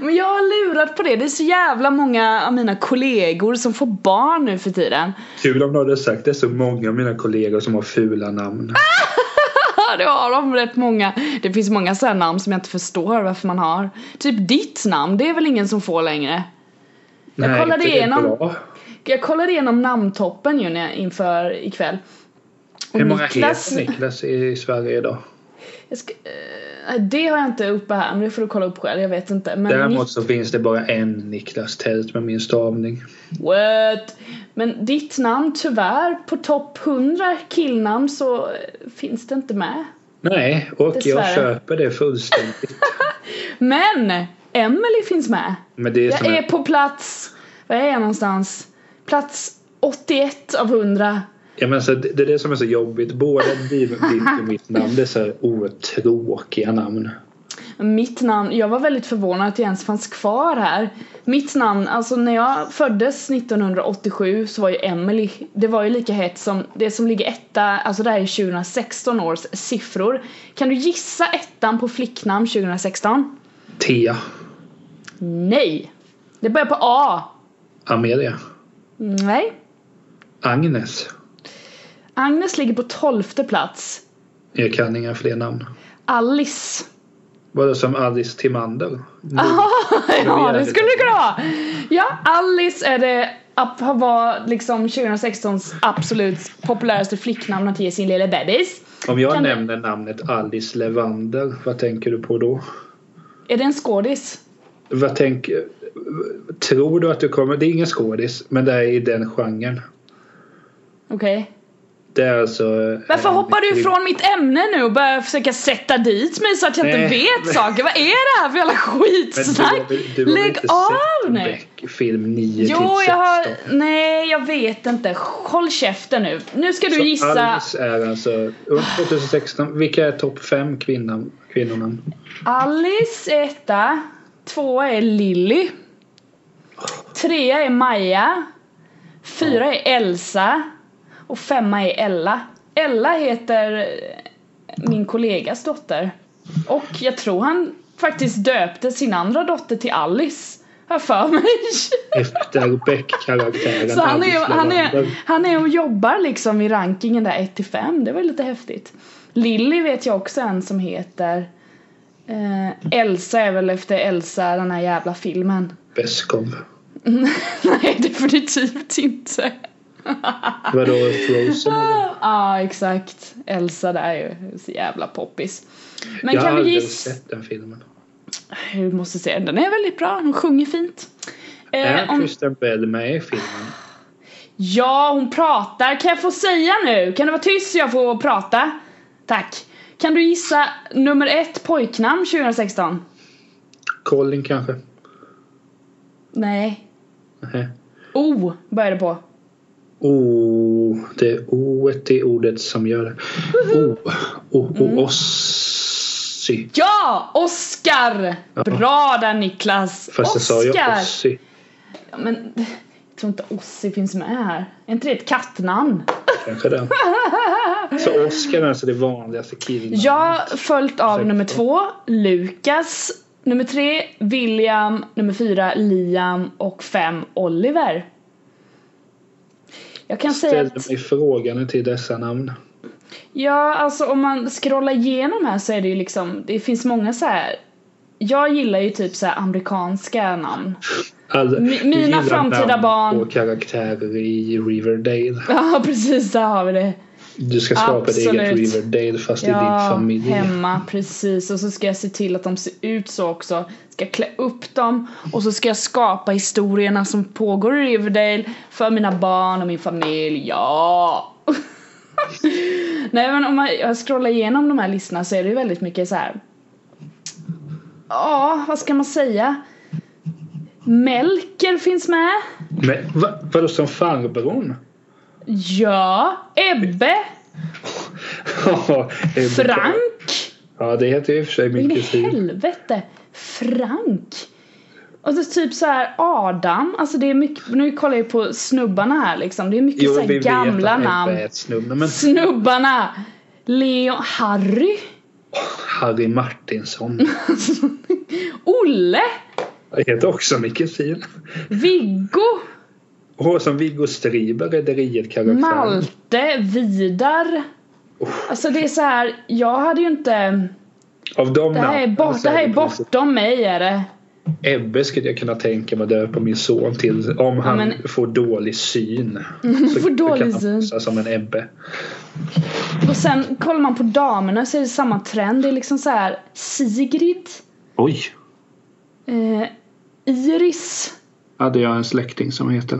Speaker 2: Men jag har lurat på det. Det är så jävla många av mina kollegor som får barn nu för tiden.
Speaker 1: Kul om du hade sagt det är så många av mina kollegor som har fula namn.
Speaker 2: Ja, det har de rätt många. Det finns många sådana namn som jag inte förstår varför man har. Typ ditt namn, det är väl ingen som får längre? jag kollade
Speaker 1: inte det
Speaker 2: igenom.
Speaker 1: bra.
Speaker 2: Jag kollade igenom namntoppen ju när jag, inför ikväll. Och
Speaker 1: Hur många
Speaker 2: Niklas-
Speaker 1: heter Niklas i Sverige idag?
Speaker 2: Jag ska, eh, det har jag inte uppe här, men det får du kolla upp själv. Jag vet inte. Men
Speaker 1: Däremot så finns det bara en Niklas Tält med min stavning.
Speaker 2: Ditt, what? Men ditt namn, tyvärr, på topp 100 killnamn så eh, finns det inte med.
Speaker 1: Nej, och jag
Speaker 2: Dessvärre.
Speaker 1: köper det fullständigt.
Speaker 2: Men! Emily finns med.
Speaker 1: Men det är
Speaker 2: Jag
Speaker 1: som
Speaker 2: är
Speaker 1: en,
Speaker 2: på plats... Var är jag någonstans? Plats 81 av 100.
Speaker 1: jag menar, så det det är det som är så jobbigt. Både din- ditt och mitt namn, det är så här otråkiga namn.
Speaker 2: Mitt namn, jag var väldigt förvånad att jag ens fanns kvar här. Mitt namn, alltså när jag föddes 1987 så var ju Emily, det var ju lika hett som det som ligger etta, alltså det här är 2016 års siffror. Kan du gissa ettan på flicknamn 2016?
Speaker 1: Thea,
Speaker 2: Nej! Det börjar på A.
Speaker 1: Amelia,
Speaker 2: Nej.
Speaker 1: Agnes.
Speaker 2: Agnes ligger på tolfte plats.
Speaker 1: Jag kan inga fler namn.
Speaker 2: Alice.
Speaker 1: Var det som Alice Timander?
Speaker 2: Ja,
Speaker 1: är
Speaker 2: det
Speaker 1: det.
Speaker 2: skulle det kunna vara! Ja, Alice är det app- har var liksom 2016s absolut populäraste flicknamn att ge sin lilla bebis.
Speaker 1: Om jag
Speaker 2: Kan du-
Speaker 1: nämner namnet Alice Levander, vad tänker du på då?
Speaker 2: Är det en skådis?
Speaker 1: Vad tänker... Tror du att du kommer... Det är ingen skådis, men det är i den genren.
Speaker 2: Okej.
Speaker 1: Det är alltså... eh,
Speaker 2: Varför
Speaker 1: en
Speaker 2: hoppar du
Speaker 1: kvinna-
Speaker 2: ifrån mitt ämne nu och börjar försöka sätta dit mig så att jag
Speaker 1: Nej,
Speaker 2: inte vet
Speaker 1: men-
Speaker 2: saker? Vad är det här för jävla
Speaker 1: Men du har
Speaker 2: skitsnack?
Speaker 1: väl- du har väl
Speaker 2: Lägg
Speaker 1: inte
Speaker 2: av
Speaker 1: sett
Speaker 2: nu!
Speaker 1: Beck, film 9
Speaker 2: Jo,
Speaker 1: till 16.
Speaker 2: jag har... Nej, jag vet inte. Håll käften nu. Nu ska du Ah.
Speaker 1: Så
Speaker 2: gissa.
Speaker 1: Alice är alltså... under 2016, vilka är topp 5 kvinnan, kvinnorna?
Speaker 2: Alice är etta. Tvåa är Lilly. Trea är Maja. Fyra är Elsa. Och femma är Ella. Ella heter eh, min kollegas dotter. Och jag tror han faktiskt döpte sin andra dotter till Alice. Har jag för mig.
Speaker 1: Efter Beck-karaktären
Speaker 2: Så han är,
Speaker 1: Alice
Speaker 2: han, är,
Speaker 1: Levander.
Speaker 2: han är och jobbar liksom i rankingen där 1-5. Det var lite häftigt. Lilly vet jag också en som heter eh, Elsa är väl efter Elsa, den här jävla filmen.
Speaker 1: Beskow.
Speaker 2: Nej, definitivt inte.
Speaker 1: Vadå, Frozen eller?
Speaker 2: Ja, exakt. Elsa där är ju så jävla poppis. Men
Speaker 1: Jag har
Speaker 2: kan vi
Speaker 1: aldrig
Speaker 2: gissa?
Speaker 1: sett den filmen.
Speaker 2: Du måste se den. Den är väldigt bra. Hon sjunger fint.
Speaker 1: Är
Speaker 2: Eh, om,
Speaker 1: Kristen Bell med i filmen?
Speaker 2: Ja, hon pratar. Kan jag få säga nu? Kan du vara tyst så jag får prata? Tack. Kan du gissa nummer ett pojknamn 2016?
Speaker 1: Colin kanske?
Speaker 2: Nej.
Speaker 1: Nej.
Speaker 2: O började på.
Speaker 1: O, Oh, det är O i ordet som gör det. O, o,
Speaker 2: Mm.
Speaker 1: o, ossi.
Speaker 2: Ja! Oscar! Bra där Niklas!
Speaker 1: Fast jag sa ju
Speaker 2: Oscar!
Speaker 1: ossi.
Speaker 2: Men Jag tror inte Ossi finns med här. Är inte det ett kattnamn?
Speaker 1: Kanske det. Så Oscar är alltså det vanligaste killnamnet.
Speaker 2: Jag följt av nummer två, Lukas. Nummer tre, William. Nummer fyra, Liam. Och fem, Oliver. Jag kan säga
Speaker 1: ställer
Speaker 2: att
Speaker 1: mig frågan till dessa namn.
Speaker 2: Ja, alltså om man scrollar igenom här så är det ju liksom, det finns många så här. Jag gillar ju typ så här amerikanska namn.
Speaker 1: Alltså,
Speaker 2: Mi-
Speaker 1: du
Speaker 2: mina
Speaker 1: gillar
Speaker 2: framtida
Speaker 1: namn
Speaker 2: barn.
Speaker 1: Och karaktärer i Riverdale.
Speaker 2: Ja, precis, där har vi det.
Speaker 1: Du ska skapa ett eget
Speaker 2: Absolut.
Speaker 1: Riverdale fast i
Speaker 2: Ja,
Speaker 1: din familj.
Speaker 2: hemma, precis. Och så ska jag se till att de ser ut så också. Ska klä upp dem och så ska jag skapa historierna som pågår i Riverdale för mina barn och min familj. Ja! Nej men om man, jag scrollar igenom de här listorna så är det ju väldigt mycket så här. Ja, vad ska man säga? Melker finns med.
Speaker 1: Men va, vadå som farbrorn?
Speaker 2: Ja, Ebbe,
Speaker 1: Ja, eh,
Speaker 2: Frank.
Speaker 1: Ja, det heter ju i och för sig min
Speaker 2: Men i
Speaker 1: kusin.
Speaker 2: helvete! Frank! Och så typ så här Adam, alltså det är mycket, nu kollar jag på snubbarna här liksom, det är mycket
Speaker 1: Jo,
Speaker 2: så
Speaker 1: vi
Speaker 2: här
Speaker 1: vet att
Speaker 2: gamla
Speaker 1: Ebba
Speaker 2: namn.
Speaker 1: är ett snubbe, men
Speaker 2: Snubbarna! Leon, Harry,
Speaker 1: Harry Martinsson
Speaker 2: Olle,
Speaker 1: Det heter också min kusin.
Speaker 2: Viggo,
Speaker 1: Och som Viggo Striber, Rederiet-karaktären.
Speaker 2: Malte, Vidar. Alltså det är så här, jag hade ju inte,
Speaker 1: Av de
Speaker 2: det här är,
Speaker 1: namnen
Speaker 2: bort,
Speaker 1: så
Speaker 2: det här är
Speaker 1: i princip-
Speaker 2: bortom mig är det.
Speaker 1: Ebbe skulle jag kunna tänka mig döpa min son till om han
Speaker 2: men-
Speaker 1: får dålig syn. så
Speaker 2: får dålig
Speaker 1: kan han
Speaker 2: syn.
Speaker 1: passa som en Ebbe.
Speaker 2: Och sen kollar man på damerna så är det samma trend, det är liksom så här Sigrid,
Speaker 1: Oj!
Speaker 2: Eh, Iris.
Speaker 1: Hade jag en släkting som heter.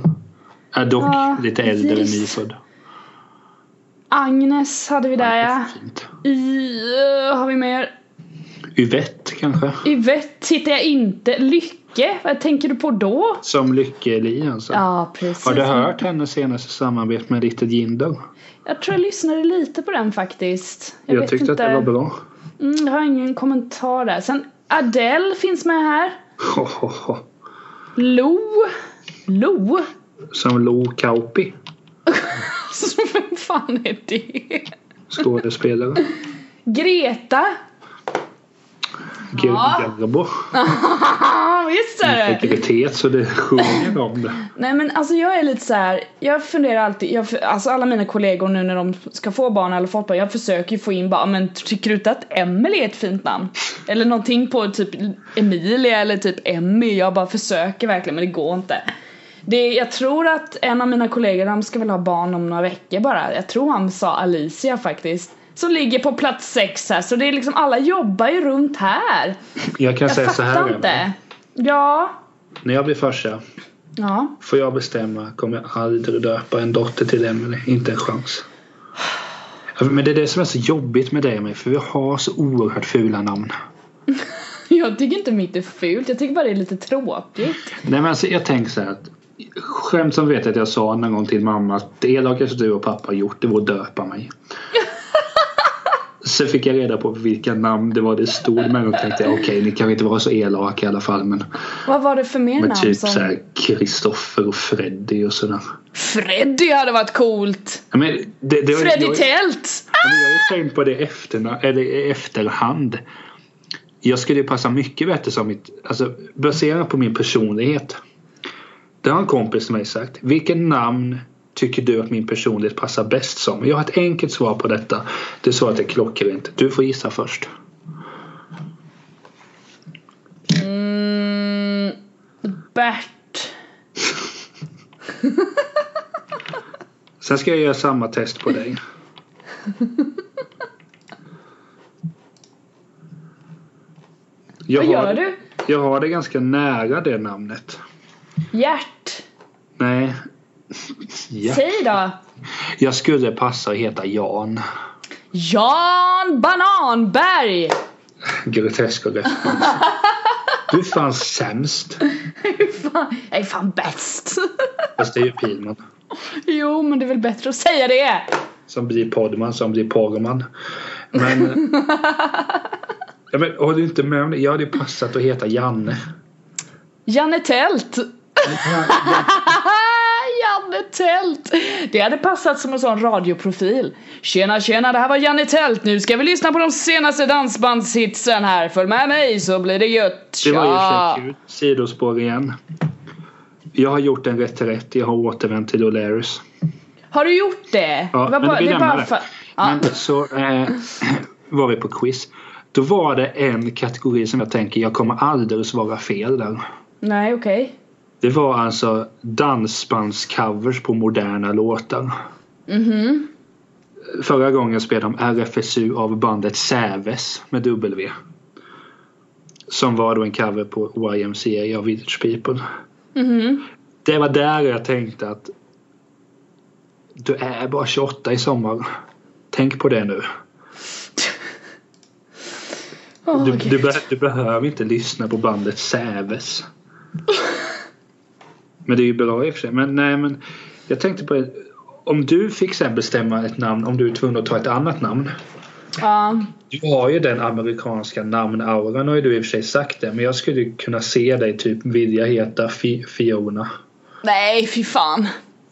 Speaker 1: Är dock
Speaker 2: Ja,
Speaker 1: lite äldre än
Speaker 2: Iris.
Speaker 1: nyfödd.
Speaker 2: Agnes hade vi där ja.
Speaker 1: Fint.
Speaker 2: I, eh, har vi mer?
Speaker 1: Yvette kanske?
Speaker 2: Yvette hittar jag inte. Lycke, vad tänker du på då?
Speaker 1: Som Lykke-Li alltså.
Speaker 2: Ja, precis.
Speaker 1: Har du hört hennes senaste samarbete med Little Jinder?
Speaker 2: Jag tror jag lyssnade lite på den faktiskt.
Speaker 1: Jag,
Speaker 2: vet
Speaker 1: tyckte
Speaker 2: inte.
Speaker 1: att det var bra.
Speaker 2: Mm, jag har ingen kommentar där. Sen Adele finns med här.
Speaker 1: Ho, ho, ho.
Speaker 2: Lo. Lo?
Speaker 1: Som Lo Kauppi,
Speaker 2: Alltså, Vem fan är det?
Speaker 1: skådespelare.
Speaker 2: Greta.
Speaker 1: Gud, Garbo.
Speaker 2: Ah, visst är det!
Speaker 1: Integritet så det sjunger om det.
Speaker 2: Nej men alltså jag är lite så här. jag funderar alltid, jag, alltså alla mina kollegor nu när de ska få barn eller fått barn, jag försöker ju få in bara, men tycker du inte att Emily är ett fint namn? Eller någonting på typ Emilia eller typ Emmy, jag bara försöker verkligen men det går inte. Det, jag tror att en av mina kollegor, de ska väl ha barn om några veckor bara, jag tror han sa Alicia faktiskt. Som ligger på plats sex här, så det är liksom alla jobbar ju runt här.
Speaker 1: Jag kan
Speaker 2: Jag
Speaker 1: säga så här.
Speaker 2: fattar
Speaker 1: Emma.
Speaker 2: inte. Ja.
Speaker 1: När jag blir farsa,
Speaker 2: Ja.
Speaker 1: får jag bestämma kommer jag aldrig döpa en dotter till Emily. Inte en chans. Men det är det som är så jobbigt med dig och mig, för vi har så oerhört fula namn.
Speaker 2: Jag tycker inte mitt är fult, jag tycker bara det är lite tråkigt.
Speaker 1: Nej men alltså jag tänker så här att Skämt som vet jag att jag sa någon gång till mamma att det elakaste du och pappa har gjort det var att döpa mig. Sen fick jag reda på vilka namn det var det stod mellan och tänkte jag, okej ni kan inte vara så elaka i alla fall men,
Speaker 2: Vad var det för mer
Speaker 1: men
Speaker 2: namn
Speaker 1: typ
Speaker 2: som...
Speaker 1: så här Kristoffer och Freddy och sådär.
Speaker 2: Freddy hade varit coolt!
Speaker 1: Ja, Men det, det, har-
Speaker 2: Freddy
Speaker 1: jag-
Speaker 2: Tält!
Speaker 1: Ja, men jag har ju tänkt på det efter, eller i efterhand. Jag skulle ju passa mycket bättre som mitt, alltså baserat på min personlighet. Det har en kompis till mig sagt. Vilket namn tycker du att min personlighet passar bäst som? Jag har ett enkelt svar på detta. Det svaret är klockrent. Du får gissa först.
Speaker 2: Mm, Bert.
Speaker 1: Sen ska jag göra samma test på dig. Jag
Speaker 2: Vad
Speaker 1: har,
Speaker 2: gör du?
Speaker 1: Jag har det ganska nära det namnet.
Speaker 2: Gert.
Speaker 1: Nej. Ja.
Speaker 2: Säg då!
Speaker 1: Jag skulle passa och heta Jan.
Speaker 2: Jan Bananberg!
Speaker 1: Grotesk och respons. Du är fan sämst.
Speaker 2: Fan, jag är fan bäst!
Speaker 1: Fast det är ju Pilman.
Speaker 2: jo, men det är väl bättre att säga det!
Speaker 1: Som blir Podman, som blir Porman. Men... Ja, men håller du inte med om det? Jag hade ju passat att heta Janne.
Speaker 2: Janne Tält! Janne Tält! Det hade passat som en sån radioprofil. Tjena tjena, det här var Janne Tält. Nu ska vi lyssna på de senaste dansbandshitsen här. Följ med mig så blir det gött.
Speaker 1: Det var ju
Speaker 2: Tja!
Speaker 1: säkert sidospår igen. Jag har gjort en reträtt. Jag har återvänt till O'Learys.
Speaker 2: Har du gjort det?
Speaker 1: Ja,
Speaker 2: det var
Speaker 1: men
Speaker 2: bara,
Speaker 1: vi
Speaker 2: det är
Speaker 1: lämnar
Speaker 2: bara
Speaker 1: det.
Speaker 2: för... Ja.
Speaker 1: Men så eh, var vi på quiz. Då var det en kategori som jag tänker jag kommer aldrig att svara fel där.
Speaker 2: Nej, okej.
Speaker 1: Det var alltså dansbandscovers på moderna låtar.
Speaker 2: Mhm.
Speaker 1: Förra gången spelade de RFSU av bandet Säves med W. Som var då en cover på YMCA av Village People.
Speaker 2: Mhm.
Speaker 1: Det var där jag tänkte att du är bara 28 i sommar. Tänk på det nu.
Speaker 2: Åh,
Speaker 1: Du,
Speaker 2: Gud.
Speaker 1: du, be- du behöver inte lyssna på bandet Säves. Men det är ju bra i och för sig. Men nej men. Jag tänkte på Om du fick sen bestämma ett namn. Om du är tvungen att ta ett annat namn.
Speaker 2: Ja.
Speaker 1: Du har ju den amerikanska namnauran. Har ju du i och för sig sagt det. Men jag skulle ju kunna se dig typ vilja heta Fi- Fiona.
Speaker 2: Nej, fy fan.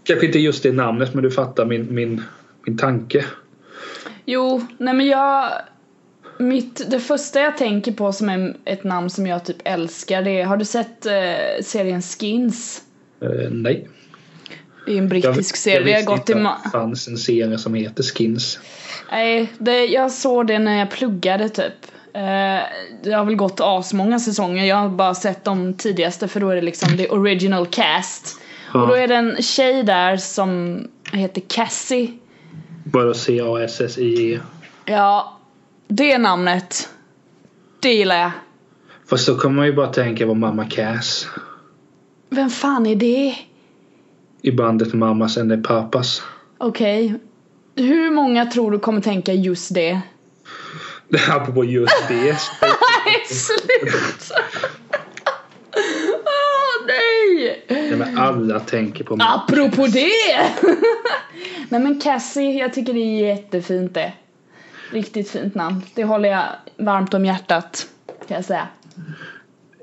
Speaker 1: Kanske inte just det namnet. Men du fattar min, min, min tanke.
Speaker 2: Jo, nej men jag... Mitt, det första jag tänker på som är ett namn som jag typ älskar det är, har du sett eh, serien Skins?
Speaker 1: Eh, nej.
Speaker 2: Det är en
Speaker 1: Jag-
Speaker 2: brittisk serie, det
Speaker 1: jag
Speaker 2: har
Speaker 1: visste
Speaker 2: gått i
Speaker 1: inte
Speaker 2: ma-
Speaker 1: att det fanns en serie som heter Skins.
Speaker 2: Nej, det, jag såg det när jag pluggade typ. Eh, det har väl gått asmånga säsonger, jag har bara sett de tidigaste för då är det liksom the original cast. Och då är det en tjej där som heter Cassie.
Speaker 1: Bara C-A-S-S-I-E.
Speaker 2: Ja, det namnet. Det gillar jag.
Speaker 1: Fast då kommer man ju bara tänka på mamma Cass
Speaker 2: Vem fan är det?
Speaker 1: i bandet Mammas and the Papas.
Speaker 2: Okej. Hur många tror du kommer tänka just det?
Speaker 1: Apropå just det.
Speaker 2: Nej, sluta! Åh, nej!
Speaker 1: Nej, men alla tänker på mamma.
Speaker 2: Apropå det! nej men Cassie, jag tycker det är jättefint det. Riktigt fint namn. Det håller jag varmt om hjärtat, kan jag
Speaker 1: Mm.
Speaker 2: säga.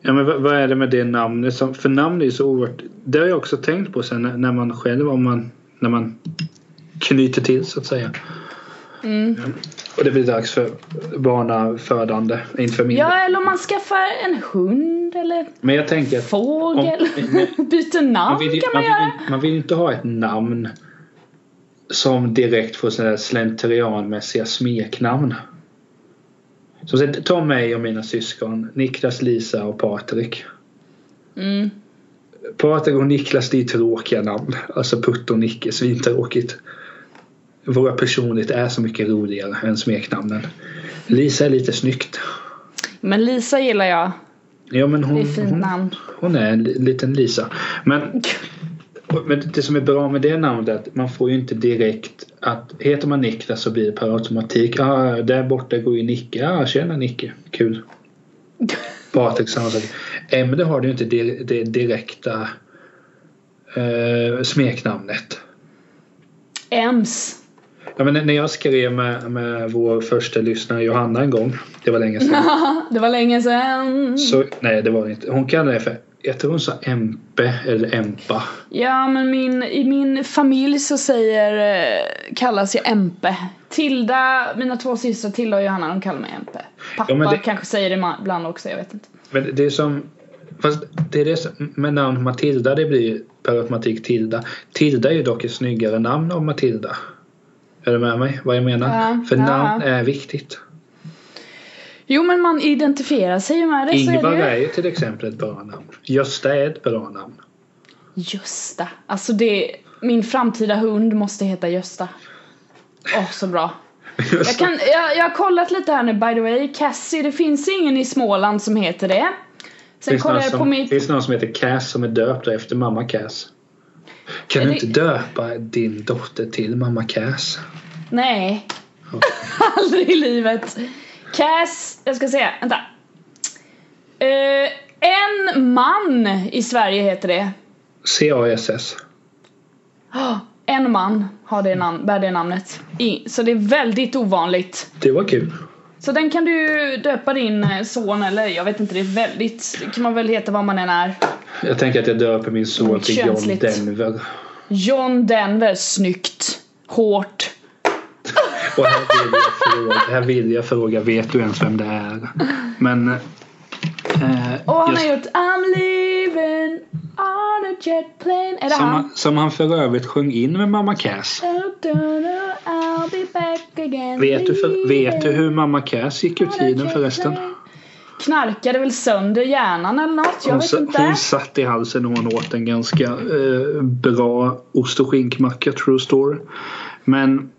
Speaker 1: Ja, men vad- vad är det med det namnet? Som, för namn är ju så oerhört... Det har jag också tänkt på sen när- när man själv om man, när man knyter till så att säga.
Speaker 2: Mm.
Speaker 1: Och det blir dags för barnafödande. Inte för mindre.
Speaker 2: Ja, eller om man skaffar en hund eller en
Speaker 1: Men jag tänker att
Speaker 2: fågel. Byter
Speaker 1: man
Speaker 2: namn
Speaker 1: vill, ju-
Speaker 2: kan
Speaker 1: man,
Speaker 2: man
Speaker 1: vill,
Speaker 2: göra.
Speaker 1: ju- man vill ju inte ha ett namn som direkt får sådana där slentrianmässiga smeknamn. Som sagt, ta mig och mina syskon, Niklas, Lisa och Patrik.
Speaker 2: Mm.
Speaker 1: Patrik och Niklas, det är tråkiga namn. Alltså Putte och Nicke, svintråkigt. Våra personligt är så mycket roligare än smeknamnen. Lisa är lite snyggt.
Speaker 2: Men Lisa gillar jag.
Speaker 1: Ja, men hon,
Speaker 2: Det är ett fint
Speaker 1: hon,
Speaker 2: namn.
Speaker 1: hon är en li- liten Lisa. Men Men det som är bra med det namnet är att man får ju inte direkt att heter man Niklas så blir det per automatik. Ah, där borta går ju Nicke. Ah, tjena Nicke. Kul. Patrik samma sak. Emelie har du ju inte di- det direkta eh, smeknamnet.
Speaker 2: Ems.
Speaker 1: Ja, men när jag skrev med, med vår första lyssnare Johanna en gång. Det var länge sedan.
Speaker 2: Det var länge sedan.
Speaker 1: Så, nej det var det inte. Hon kallade det för jag tror hon sa MP eller Empa.
Speaker 2: Ja men min, i min familj så säger, eh, kallas jag Empe. Tilda, mina två systrar Tilda och Johanna de kallar mig Empe. Pappa
Speaker 1: Ja, men det-
Speaker 2: kanske säger det ma- ibland också, jag vet inte.
Speaker 1: Men det är som... Fast det är det som, med namn Matilda, det blir per automatik Tilda. Tilda är ju dock ett snyggare namn av Matilda. Är du med mig? Vad jag menar?
Speaker 2: Ja,
Speaker 1: För
Speaker 2: ja.
Speaker 1: namn är viktigt.
Speaker 2: Jo men man identifierar sig ju med det så
Speaker 1: Ingvar
Speaker 2: är det
Speaker 1: är
Speaker 2: ju.
Speaker 1: ju till exempel ett bra namn. Gösta är ett bra namn.
Speaker 2: Gösta. Alltså det, min framtida hund måste heta Gösta. Åh så bra. Jag, kan, jag, jag har kollat lite här nu by the way. Cassie, det finns ingen i Småland som heter det. Sen
Speaker 1: finns
Speaker 2: kollade
Speaker 1: någon,
Speaker 2: jag på
Speaker 1: som,
Speaker 2: mitt...
Speaker 1: finns någon som heter Cass som är döpt efter mamma Cass. Kan
Speaker 2: Är
Speaker 1: du
Speaker 2: det-
Speaker 1: inte döpa din dotter till mamma Cass?
Speaker 2: Nej.
Speaker 1: Okej.
Speaker 2: Aldrig i livet. Cass, jag ska se, vänta. Eh, en man i Sverige heter det.
Speaker 1: C-A-S-S.
Speaker 2: Ah, en man har det namn, bär det namnet. I, så det är väldigt ovanligt.
Speaker 1: Det var kul.
Speaker 2: Så den kan du döpa din eh, son eller jag vet inte, det är väldigt, det kan man väl heta vad man än är.
Speaker 1: Jag tänker att jag döper min son till John
Speaker 2: Könsligt.
Speaker 1: Denver.
Speaker 2: John Denver, snyggt. Hårt.
Speaker 1: Och här vill jag fråga, här vill jag fråga vet du ens vem det är? Men... eh,
Speaker 2: Och han
Speaker 1: just-
Speaker 2: har gjort I'm leaving on a jet plane. Är det
Speaker 1: som,
Speaker 2: han?
Speaker 1: han- som han för övrigt sjöng in med Mamma Cass.
Speaker 2: Oh, don't know, I'll be back again.
Speaker 1: Vet du, för, vet du
Speaker 2: leaving
Speaker 1: hur Mamma Cass gick ur
Speaker 2: on a
Speaker 1: tiden
Speaker 2: jet
Speaker 1: förresten?
Speaker 2: plane. Knarkade väl sönder hjärnan eller något? Jag
Speaker 1: Hon,
Speaker 2: vet
Speaker 1: sa-
Speaker 2: inte.
Speaker 1: hon satt i halsen och hon åt en ganska eh, bra ost och skinkmacka, true story. Men,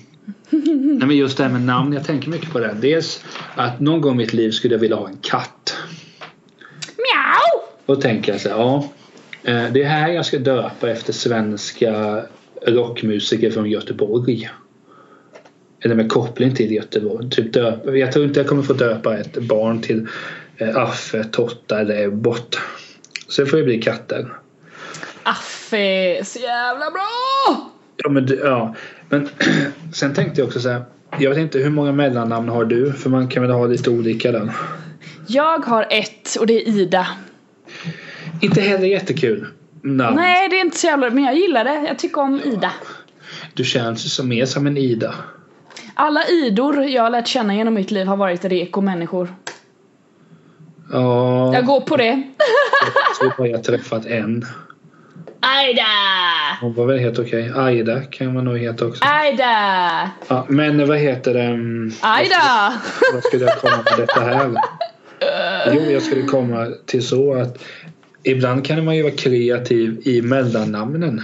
Speaker 1: nej, men just det här med namn, jag tänker mycket på det. Dels att någon gång i mitt liv skulle jag vilja ha en katt.
Speaker 2: Mjau!
Speaker 1: Då tänker jag så här, ja. eh, Det är här jag ska döpa efter svenska rockmusiker från Göteborg. Eller med koppling till Göteborg. Typ döpa, jag tror inte jag kommer få döpa ett barn till eh, Affe, Totta eller Ebbot. Sen får det bli katter.
Speaker 2: Affe, så jävla bra!
Speaker 1: Ja, men, det- ja. men sen tänkte jag också så här. Jag vet inte hur många mellannamn har du? För man kan väl ha lite olika där.
Speaker 2: Jag har ett och det är Ida.
Speaker 1: Inte heller jättekul. namn.
Speaker 2: Nej, det är inte så jävla... Men jag gillar det. Jag tycker om Ida.
Speaker 1: Du känns ju som mer som en Ida.
Speaker 2: Alla Idor jag har lärt känna genom mitt liv har varit reko människor.
Speaker 1: Ja.
Speaker 2: Jag går på det.
Speaker 1: Så har jag träffat en.
Speaker 2: Aida!
Speaker 1: Hon var väl helt okej. Aida kan man nog heta också.
Speaker 2: Aida!
Speaker 1: Ja, men vad heter det? mm,
Speaker 2: Aida!
Speaker 1: Vad skulle jag komma med detta här? Jo, jag skulle komma till så att ibland kan man ju vara kreativ i mellannamnen.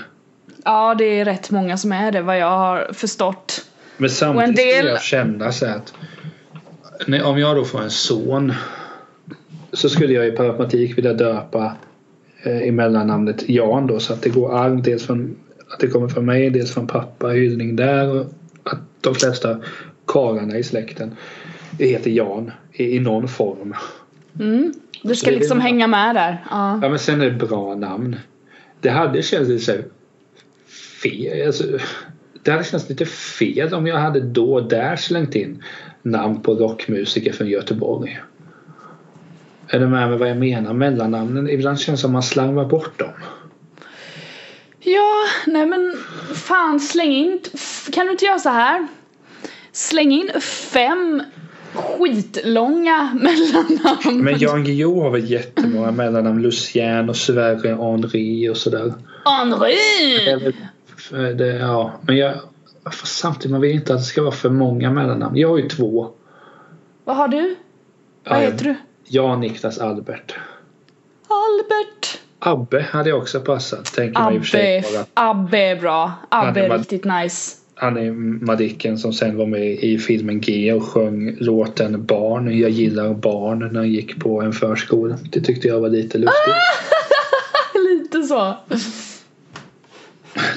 Speaker 2: Ja, det är rätt många som är det vad jag har förstått.
Speaker 1: Men samtidigt
Speaker 2: del-
Speaker 1: skulle jag känna så här att nej, om jag då får en son så skulle jag i per automatik vilja döpa eh, i mellannamnet Jan då så att det går arv dels från att det kommer från mig, dels från pappa, hyllning där och att de flesta karlarna i släkten heter Jan i, i någon form.
Speaker 2: Du
Speaker 1: Det
Speaker 2: ska
Speaker 1: är det
Speaker 2: liksom
Speaker 1: jag-
Speaker 2: hänga med där. Ja.
Speaker 1: Ja men sen är det bra namn. Det hade känts lite så här fel. Alltså, det hade känts lite fel om jag hade då och där slängt in namn på rockmusiker från Göteborg. Är du med med vad jag menar? Mellannamnen, ibland känns det som man slarvar bort dem.
Speaker 2: Ja, nej men fan släng in... f- Kan du inte göra så här? Släng in fem skitlånga mellannamn.
Speaker 1: Men Jan Guillou har väl jättemånga mellannamn? Lucien och Sverre Henri och sådär. Det är
Speaker 2: Henri!
Speaker 1: väl- för Det, ja, men jag... för Samtidigt, man vill inte att det ska vara för många mellannamn. Jag har ju två.
Speaker 2: Vad har du? Vad
Speaker 1: Ja, jag-
Speaker 2: heter du?
Speaker 1: Jag, Niklas, Albert.
Speaker 2: Albert!
Speaker 1: Abbe hade jag också passat. Tänker man i och för sig
Speaker 2: Abbe,
Speaker 1: på att
Speaker 2: Abbe är bra. Abbe
Speaker 1: Ja, det
Speaker 2: är
Speaker 1: var-
Speaker 2: riktigt nice.
Speaker 1: Han är Madicken som sen var med i filmen G och sjöng låten Barn. Jag gillar barn när han gick på en förskola. Det tyckte jag var lite lustigt.
Speaker 2: Ah! Lite så.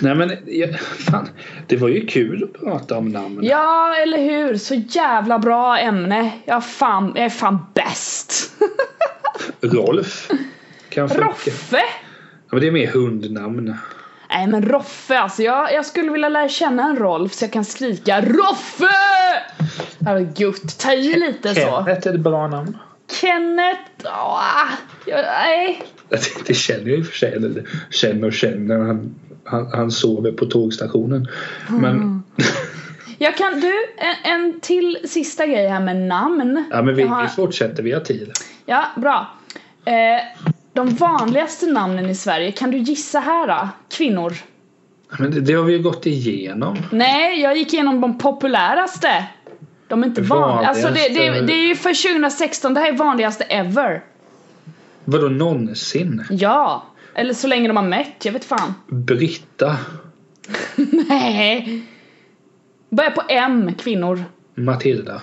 Speaker 1: Nej men jag, fan, det var ju kul att prata om namn.
Speaker 2: Ja, eller hur? Så jävla bra ämne. Jag, fan, jag är fan bäst.
Speaker 1: Rolf kan funka.
Speaker 2: Roffe!
Speaker 1: Ja, men det är mer hundnamn.
Speaker 2: Nej men Roffe alltså, jag, jag skulle vilja lära känna en Rolf så jag kan skrika ROFFE! Det hade varit gött. Ta i lite så.
Speaker 1: Kenneth är ett bra namn.
Speaker 2: Kenneth! Åh, jag, nej.
Speaker 1: Det- Det känner jag i och för sig. Eller känner och känner. Han, han, han sover på tågstationen. Men,
Speaker 2: Jag kan, du, en, en till sista grej här med namn.
Speaker 1: ja, men vi,
Speaker 2: Jag har-
Speaker 1: vi fortsätter. Vi har tid.
Speaker 2: Ja, bra. Eh, de vanligaste namnen i Sverige, kan du gissa här då? Kvinnor?
Speaker 1: Men det, det har vi ju gått igenom.
Speaker 2: Nej, jag gick igenom de populäraste. De är inte vanliga. Alltså det, det,
Speaker 1: Vanligaste.
Speaker 2: det är ju för 2016, det här är vanligaste ever.
Speaker 1: Vadå någonsin?
Speaker 2: Ja. Eller så länge de har mätt, jag vet fan.
Speaker 1: Britta,
Speaker 2: Nej. Börja på M, kvinnor.
Speaker 1: Matilda.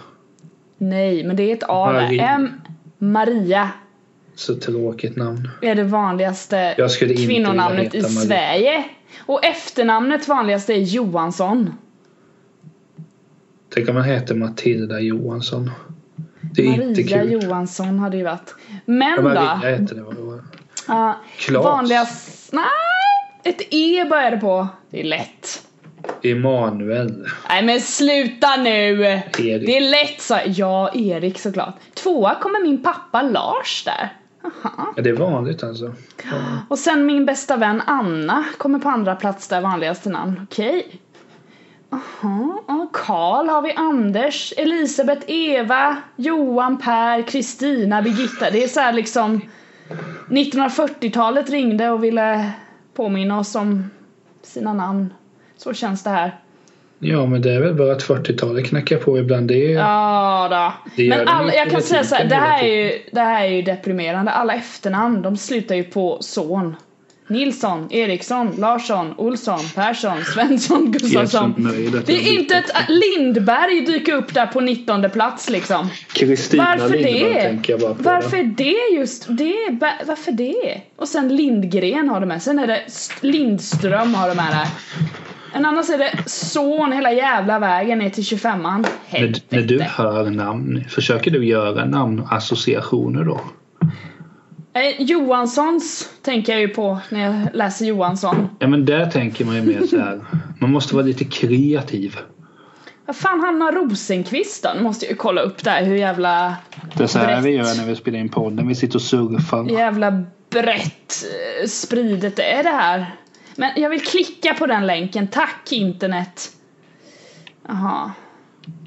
Speaker 2: Nej, men det är ett A där.
Speaker 1: Marie.
Speaker 2: M. Maria
Speaker 1: Så tråkigt namn.
Speaker 2: är det vanligaste
Speaker 1: Jag skulle inte
Speaker 2: kvinnonamnet i
Speaker 1: vilja heta Marie.
Speaker 2: Sverige. Och efternamnet vanligaste är Johansson.
Speaker 1: Tänk om man heter Matilda Johansson. Det är inte
Speaker 2: Maria
Speaker 1: kul.
Speaker 2: Johansson hade ju varit. Men
Speaker 1: Ja,
Speaker 2: då.
Speaker 1: Maria heter det. vad det var.
Speaker 2: Ja,
Speaker 1: Klas.
Speaker 2: vanligast... Nej! Ett E börjar det på. Det är lätt.
Speaker 1: Emanuel.
Speaker 2: Nej men sluta nu!
Speaker 1: Erik.
Speaker 2: Det är lätt sa Ja, Erik såklart. Tvåa kommer min pappa Lars där. Aha.
Speaker 1: Ja, det är vanligt alltså.
Speaker 2: Och sen min bästa vän Anna kommer på andra plats där vanligaste namn. Okej. Aha. Och Karl har vi Anders, Elisabeth, Eva, Johan, Per, Kristina, Birgitta. Det är så här liksom 1940-talet ringde och ville påminna oss om sina namn. Så känns det här.
Speaker 1: Ja, men det är väl bara att 40-talet knackar på ibland. Det är,
Speaker 2: Ja då.
Speaker 1: Det gör
Speaker 2: Men
Speaker 1: den
Speaker 2: alla,
Speaker 1: inte
Speaker 2: jag kan
Speaker 1: hela
Speaker 2: säga så här, det
Speaker 1: tiden,
Speaker 2: här, är
Speaker 1: hela
Speaker 2: ju, det här är ju deprimerande. Alla efternamn, de slutar ju på son. Nilsson, Eriksson, Larsson, Olsson, Persson, Svensson,
Speaker 1: Helt
Speaker 2: Gustafsson.
Speaker 1: nöjd att
Speaker 2: Det
Speaker 1: jag
Speaker 2: är
Speaker 1: bytte.
Speaker 2: inte ett äh, Lindberg dyker upp där på 19 plats liksom.
Speaker 1: Kristina
Speaker 2: Varför
Speaker 1: Lindberg
Speaker 2: det?
Speaker 1: tänker jag bara på.
Speaker 2: Varför det just? Det, va- varför det? Och sen Lindgren har de med. Sen är det St- Lindström har de med där. En annan är det son hela jävla vägen ner till 25an.
Speaker 1: När, när du
Speaker 2: Helvete.
Speaker 1: hör namn, försöker du göra namnassociationer då?
Speaker 2: Eh, Johanssons tänker jag ju på när jag läser Johansson.
Speaker 1: Ja, men där tänker man ju mer så här. Man måste vara lite kreativ.
Speaker 2: Vad fan Hanna Rosenqvist då? Nu måste jag ju kolla upp där hur jävla
Speaker 1: Det är så här
Speaker 2: Brett.
Speaker 1: vi gör när vi spelar in podden. Vi sitter och surfar.
Speaker 2: jävla brett eh, spridet det är det här. Men jag vill klicka på den länken. Tack internet. Jaha.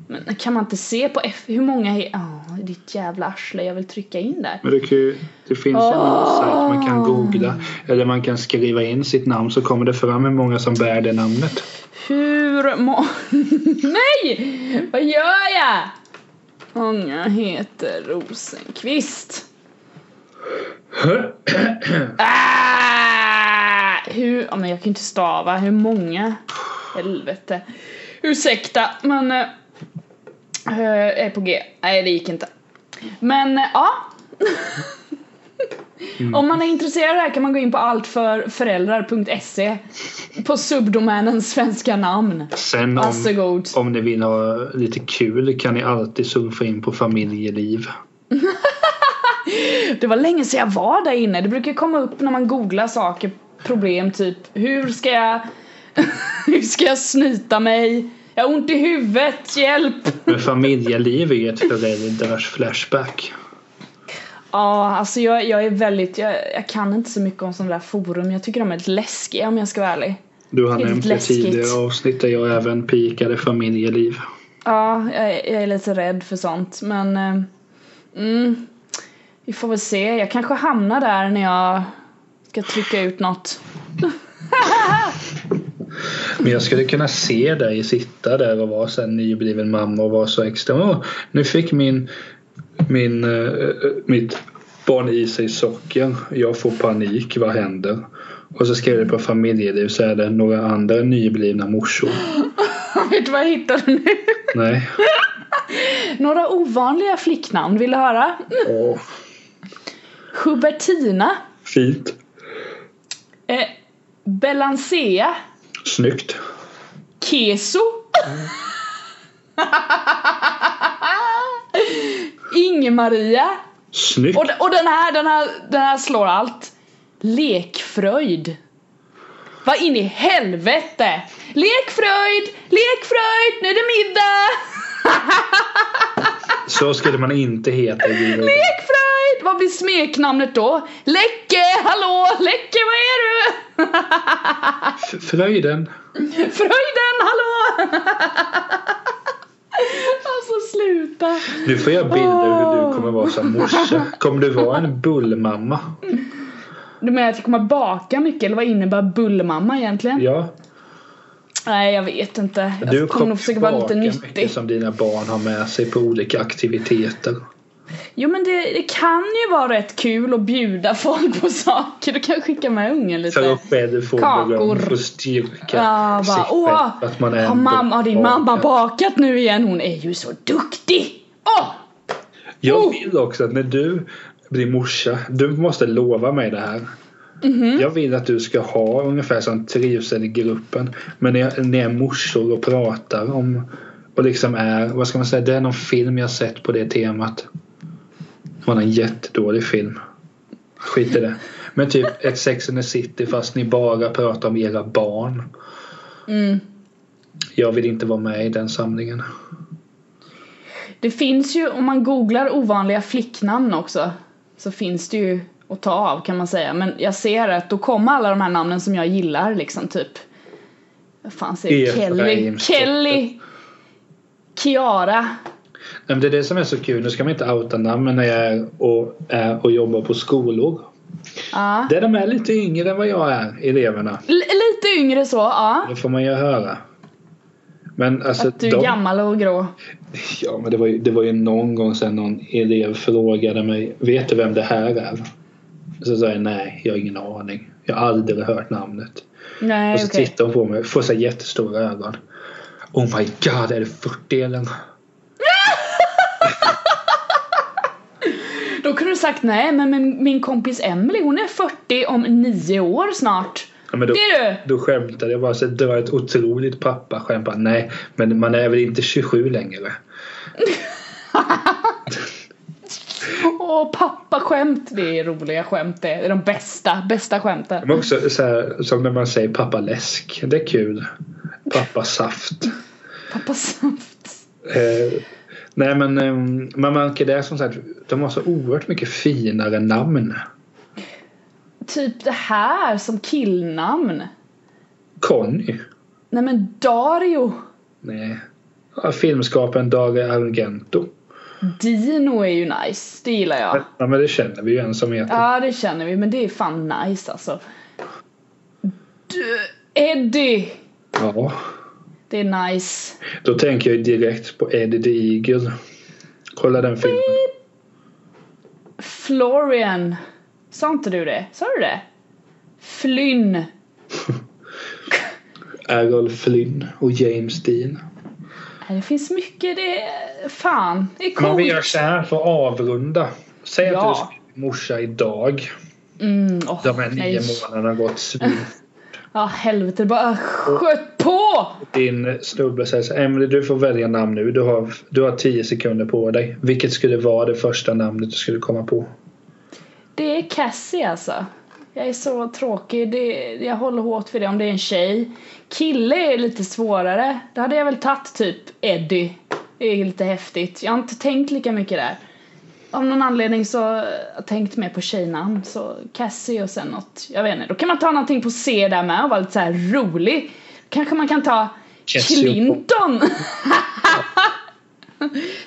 Speaker 2: Men kan man inte se på F? Hur många är... Oh, ditt jävla arsle. Jag vill trycka in där.
Speaker 1: Men det, kan ju, det finns en
Speaker 2: Åh.
Speaker 1: sajt man kan googla. Eller man kan skriva in sitt namn så kommer det fram hur många som bär det namnet.
Speaker 2: Hur må... Nej! Vad gör jag? Många heter Rosenqvist. Ah! Hur... Ja, men jag kan ju inte stava. Hur många? Helvete. Ursäkta, men... eh, eh, Jag är på G. Nej, det gick inte. Men eh, ja. Om man är intresserad av det här kan man gå in på alltförföräldrar.se E. på subdomänen svenska namn.
Speaker 1: Sen om,
Speaker 2: Varsågod.
Speaker 1: om ni vill ha lite kul kan ni alltid surfa in på familjeliv.
Speaker 2: Det var länge sedan jag var där inne. Det brukar komma upp när man googlar saker, problem typ hur ska jag hur ska jag snyta mig? Jag har ont i huvudet, hjälp!
Speaker 1: Men familjeliv är ju ett föräldrars flashback.
Speaker 2: Ja, alltså jag, jag är väldigt, jag, jag kan inte så mycket om sådana där forum. Jag tycker de är lite läskiga om jag ska vara ärlig.
Speaker 1: Du har
Speaker 2: Det är
Speaker 1: nämnt det
Speaker 2: läskigt.
Speaker 1: tidigare avsnitt där jag även pikade familjeliv.
Speaker 2: Ja, jag, är- jag är lite rädd för sånt men eh, mm, vi får väl se. Jag kanske hamnar där när jag ska trycka ut något.
Speaker 1: Men jag skulle kunna se dig sitta där och vara så här nybliven mamma och vara så extra. Åh, nu fick min, min, eh, mitt barn i sig socker. Jag får panik. Vad händer? Och så skrev det på familjeliv så är det några andra nyblivna morsor.
Speaker 2: Vet du vad jag hittade nu?
Speaker 1: Nej.
Speaker 2: Några ovanliga flicknamn, vill du höra?
Speaker 1: Åh,
Speaker 2: Hubertina,
Speaker 1: fint.
Speaker 2: eh, Belancea,
Speaker 1: Snyggt.
Speaker 2: Keso. Ingmaria.
Speaker 1: Snyggt.
Speaker 2: Och, och den, här, den, här, den här slår allt. Lekfröjd. Vad in i helvete! Lekfröjd, lekfröjd, nu är det middag!
Speaker 1: Så skulle man inte heta i livet.
Speaker 2: Lekfröjd! Vad blir smeknamnet då? Läcke, hallå, Läcke, vad är du?
Speaker 1: F- Fröjden.
Speaker 2: Fröjden, hallå! alltså sluta.
Speaker 1: Nu får jag bilder hur du kommer vara som morsa. Kommer du vara en bullmamma?
Speaker 2: Du menar att jag kommer baka mycket eller vad innebär bullmamma egentligen?
Speaker 1: Ja.
Speaker 2: Nej jag vet inte. Jag
Speaker 1: Du
Speaker 2: Alltså, kommer nog försöka vara lite
Speaker 1: baka
Speaker 2: nyttig.
Speaker 1: mycket som dina barn har med sig på olika aktiviteter.
Speaker 2: Jo men det, det kan ju vara rätt kul att bjuda folk på saker. Du kan skicka med ungen lite.
Speaker 1: För att själv få
Speaker 2: Kakor.
Speaker 1: beröm och styrka
Speaker 2: Ja, bara,
Speaker 1: sig
Speaker 2: åh,
Speaker 1: själv. Att man är
Speaker 2: har,
Speaker 1: en
Speaker 2: mamma, har din
Speaker 1: bra-
Speaker 2: mamma bakat nu igen? Hon är ju så duktig! Åh!
Speaker 1: Jag
Speaker 2: Oh!
Speaker 1: vill också att när du blir morsa, du måste lova mig det här.
Speaker 2: Mm-hmm.
Speaker 1: Jag vill att du ska ha ungefär som trivsel i gruppen. Men när, jag, när jag är morsor och pratar om och liksom är, vad ska man säga, det är någon film jag sett på det temat. Det var en jättedålig film. Skit i det. Men typ ett Sex and the City fast ni bara pratar om era barn.
Speaker 2: Mm.
Speaker 1: Jag vill inte vara med i den samlingen.
Speaker 2: Det finns ju om man googlar ovanliga flicknamn också. så finns det ju att ta av kan man säga. Men jag ser att då kommer alla de här namnen som jag gillar liksom typ. Vad fan säger jag?
Speaker 1: Efraim
Speaker 2: Kelly?
Speaker 1: Stoppe.
Speaker 2: Kelly! Kiara!
Speaker 1: Nej, men det är det som är så kul. Nu ska man inte outa namn när jag är och, är och jobbar på skolor.
Speaker 2: Ja.
Speaker 1: Där de är lite yngre än vad jag är, eleverna.
Speaker 2: L- lite yngre så, ja.
Speaker 1: Det får man ju höra. Men alltså,
Speaker 2: Att du är
Speaker 1: de,
Speaker 2: gammal och grå.
Speaker 1: ja, men det, var ju, det var ju någon gång sedan någon elev frågade mig Vet du vem det här är? Så sa jag nej, jag har ingen aning. Jag har aldrig hört namnet.
Speaker 2: Nej,
Speaker 1: Och så
Speaker 2: okej.
Speaker 1: tittar hon på mig får så här jättestora ögon. Oh my god, är det 40 eller?
Speaker 2: Då kunde du sagt nej, men min, min kompis Emily hon är 40 om nio år snart.
Speaker 1: Ja, men då,
Speaker 2: Det är du!
Speaker 1: då skämtade jag bara så det var ett otroligt pappaskämt. Bara, Nej, men man är väl inte 27 längre.
Speaker 2: Åh, pappaskämt. Det är roliga skämt det. Det är de bästa, bästa skämten.
Speaker 1: Men också så här, som när man säger pappa läsk. Det är kul. Pappa saft.
Speaker 2: Alltså, Pappasaft.
Speaker 1: Eh, nej men eh, man märker det som sagt. De har så oerhört mycket finare namn.
Speaker 2: Typ det här som killnamn.
Speaker 1: Conny.
Speaker 2: Nej men Dario.
Speaker 1: Nej. Ja, Filmskaparen Dario Argento.
Speaker 2: Dino är ju nice. Det gillar jag.
Speaker 1: Ja men det känner vi ju en som heter.
Speaker 2: Ja, det känner vi. Men det är fan nice alltså. Du, Eddie.
Speaker 1: Ja.
Speaker 2: Det är nice.
Speaker 1: Då tänker jag direkt på Eddie the Eagle. Kolla den filmen.
Speaker 2: Florian. Sa inte du det? Sa du det? Flynn.
Speaker 1: Errol Flynn och James Dean.
Speaker 2: Nej, Det finns mycket, det är... Fan, det är
Speaker 1: Men vi
Speaker 2: coolt.
Speaker 1: gör så här för att avrunda. Säg att
Speaker 2: Ja.
Speaker 1: du ska bli morsa idag.
Speaker 2: Mm, åh,
Speaker 1: De här
Speaker 2: nej.
Speaker 1: nio månaderna har gått svin.
Speaker 2: Ja, helvete. det Bara sköt på!
Speaker 1: Din snubbe säger så här, Emily du får välja namn nu. Du har, du har tio sekunder på dig. Vilket skulle vara det första namnet du skulle komma på?
Speaker 2: Det är Cassie alltså. Jag är så tråkig. Det, jag håller hårt för det om det är en tjej. Kille är lite svårare. Då hade jag väl tagit typ Eddie. Det är lite häftigt. Jag har inte tänkt lika mycket där. Av någon anledning så har jag tänkt mer på tjejnamn. Så Cassie och sen något. Jag vet inte. Då kan man ta någonting på C där med och vara lite så här rolig. Kanske man kan ta
Speaker 1: Cassie och-
Speaker 2: Clinton.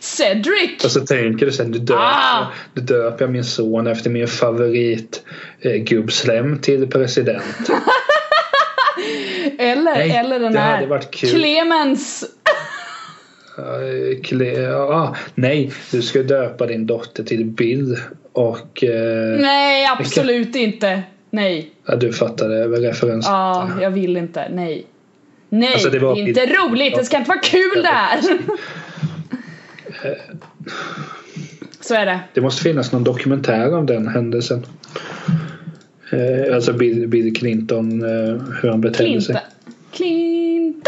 Speaker 2: Cedric.
Speaker 1: Och så tänker du sen, du döper,
Speaker 2: Ah!
Speaker 1: du döper jag min son efter min favorit eh, gubbslem till president.
Speaker 2: Eller,
Speaker 1: Nej,
Speaker 2: eller den
Speaker 1: det
Speaker 2: här.
Speaker 1: hade varit kul.
Speaker 2: Clemens!
Speaker 1: Eh, Kle- ah, nej, du ska döpa din dotter till Bill och eh,
Speaker 2: Nej, absolut inte. Nej.
Speaker 1: ja, du fattade väl referensen.
Speaker 2: Ja, jag vill inte. Nej. Nej,
Speaker 1: Alltså,
Speaker 2: det,
Speaker 1: det var-
Speaker 2: är inte roligt. Det ska inte vara kul det här. Så är det.
Speaker 1: Det måste finnas någon dokumentär om den händelsen. Eh, alltså Bill, Bill Clinton, eh, hur han betedde
Speaker 2: Clinton.
Speaker 1: sig.
Speaker 2: Clinton.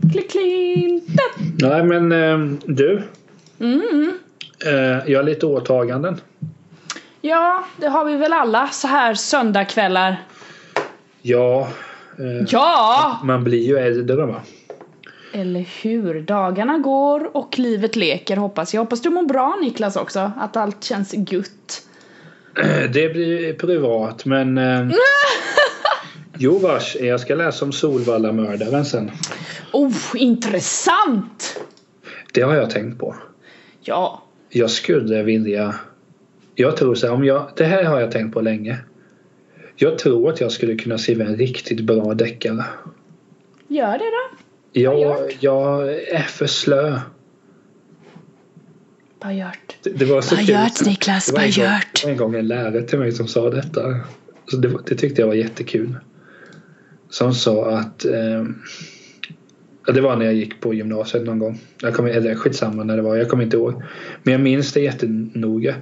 Speaker 2: Cli- Clinton.
Speaker 1: Nej men eh, du,
Speaker 2: Mm, Mm.
Speaker 1: eh, jag har lite åtaganden.
Speaker 2: Ja, det har vi väl alla så här söndagkvällar.
Speaker 1: Ja, eh,
Speaker 2: Ja!
Speaker 1: man blir ju äldre va?
Speaker 2: Eller hur? Dagarna går och livet leker hoppas jag. Hoppas du mår bra Niklas också. Att allt känns gutt.
Speaker 1: Eh, Det blir privat men... Eh, jo vars, Eh, jag ska läsa om Solvallamördaren sen.
Speaker 2: Oh, intressant!
Speaker 1: Det har jag tänkt på.
Speaker 2: Ja.
Speaker 1: Jag skulle vilja... Jag tror så här, om jag... Det här har jag tänkt på länge. Jag tror att jag skulle kunna skriva en riktigt bra deckare.
Speaker 2: Gör det då.
Speaker 1: Jag,
Speaker 2: gjort?
Speaker 1: jag är för slö.
Speaker 2: Bara gjort.
Speaker 1: Det, det var så
Speaker 2: Bara
Speaker 1: kul.
Speaker 2: gjort Niklas,
Speaker 1: Det var
Speaker 2: bara
Speaker 1: en gång-
Speaker 2: gjort.
Speaker 1: Det var en gång en lärare till mig som sa detta. Så det, var- det tyckte jag var jättekul. Som sa att... Eh, ja, det var när jag gick på gymnasiet någon gång. Jag kommer, eller skitsamma när det var, jag kommer inte ihåg. Men jag minns det jättenoga.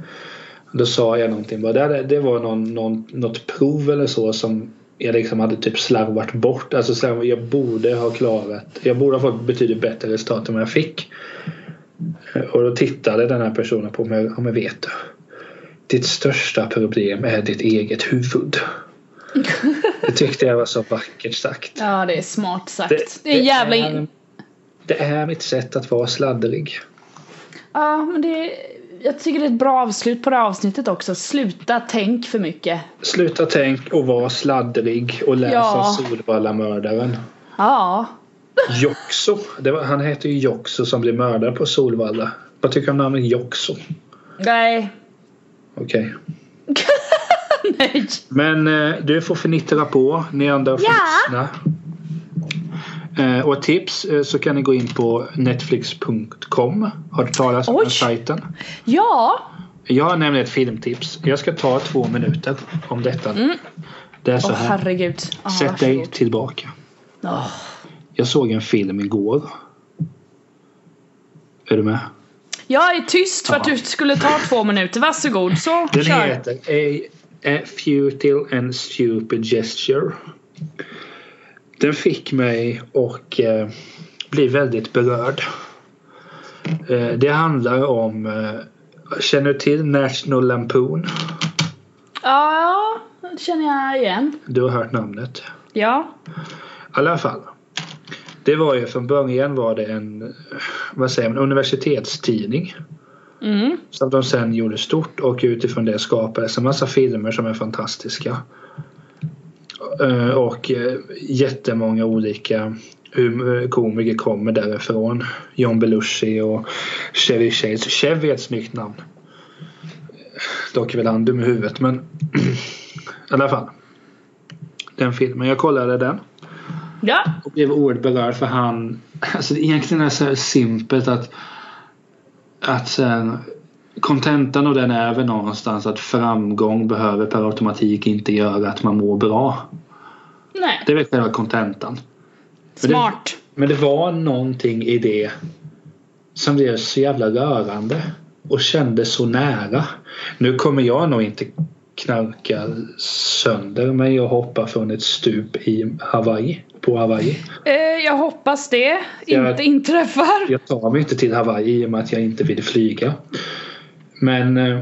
Speaker 1: Då sa jag någonting bara, det, det var någon, någon, något prov eller så som jag liksom hade typ slarvat bort. Alltså slarv- jag borde ha klarat, jag borde ha fått betydligt bättre resultat än vad jag fick. Och då tittade den här personen på mig. Ja men vet du. Ditt största problem är ditt eget huvud. Det tyckte jag var så vackert sagt.
Speaker 2: Ja, det är smart sagt. Det,
Speaker 1: Det-
Speaker 2: är
Speaker 1: det
Speaker 2: jävla
Speaker 1: är-
Speaker 2: in...
Speaker 1: Det är mitt sätt att vara sladdrig.
Speaker 2: Ja, men det... jag tycker det är ett bra avslut på det här avsnittet också. Sluta tänk för mycket.
Speaker 1: Sluta tänk och var sladdrig och läsa
Speaker 2: Ja.
Speaker 1: Solvallamördaren.
Speaker 2: Ja.
Speaker 1: Joxo. Det var, han heter ju Joxo som blir mördad på Solvalla. Vad tycker du om namnet Joxo?
Speaker 2: Nej.
Speaker 1: Okej.
Speaker 2: Nej.
Speaker 1: Men eh, du får förnittra på. Ni andra får
Speaker 2: Ja.
Speaker 1: lyssna. Eh, och ett tips eh, så kan ni gå in på netflix.com. Har du talat om
Speaker 2: Oj.
Speaker 1: den sajten?
Speaker 2: Ja.
Speaker 1: Jag har nämligen ett filmtips. Jag ska ta två minuter om detta. Det är så
Speaker 2: Mm. Åh ah,
Speaker 1: här.
Speaker 2: herregud. Ja,
Speaker 1: Sätt dig
Speaker 2: varsågod.
Speaker 1: tillbaka.
Speaker 2: Åh.
Speaker 1: Jag såg en film igår. Är du med?
Speaker 2: Jag är tyst för att
Speaker 1: Ja.
Speaker 2: du skulle ta två minuter. Varsågod. Så
Speaker 1: Den
Speaker 2: kör.
Speaker 1: heter a, a Futile and Stupid Gesture. Den fick mig och eh, bli väldigt berörd. Eh, det handlar om... Eh, känner du till National Lampoon?
Speaker 2: Ja, det känner jag igen.
Speaker 1: Du har hört namnet.
Speaker 2: Ja.
Speaker 1: I alla fall. Det var ju från början var det en eh, vad säger man, universitetstidning.
Speaker 2: Mm.
Speaker 1: Som de sen gjorde stort och utifrån det skapades en massa filmer som är fantastiska. Eh, Och eh, jättemånga olika hum- eh, komiker kommer därifrån. John Belushi och Chevy Chase. Chevy är ett snyggt namn. Dock är väl han dum i huvudet men i alla fall. Den filmen, jag kollade den
Speaker 2: Ja.
Speaker 1: och blev oerhört berörd för han... Alltså det egentligen är det så här simpelt att... Att sen... Kontentan av den är väl någonstans att framgång behöver per automatik inte göra att man mår bra.
Speaker 2: Nej.
Speaker 1: Det är väl själva kontentan. det-
Speaker 2: Smart.
Speaker 1: Men det var någonting i det som blev så jävla rörande och kändes så nära. Nu kommer jag nog inte knarka sönder men jag hoppar från ett stup i Hawaii, på Hawaii.
Speaker 2: Eh, jag hoppas det
Speaker 1: Jag-
Speaker 2: inte inträffar.
Speaker 1: Jag tar mig inte till Hawaii i och med att jag inte vill flyga. Men... Eh,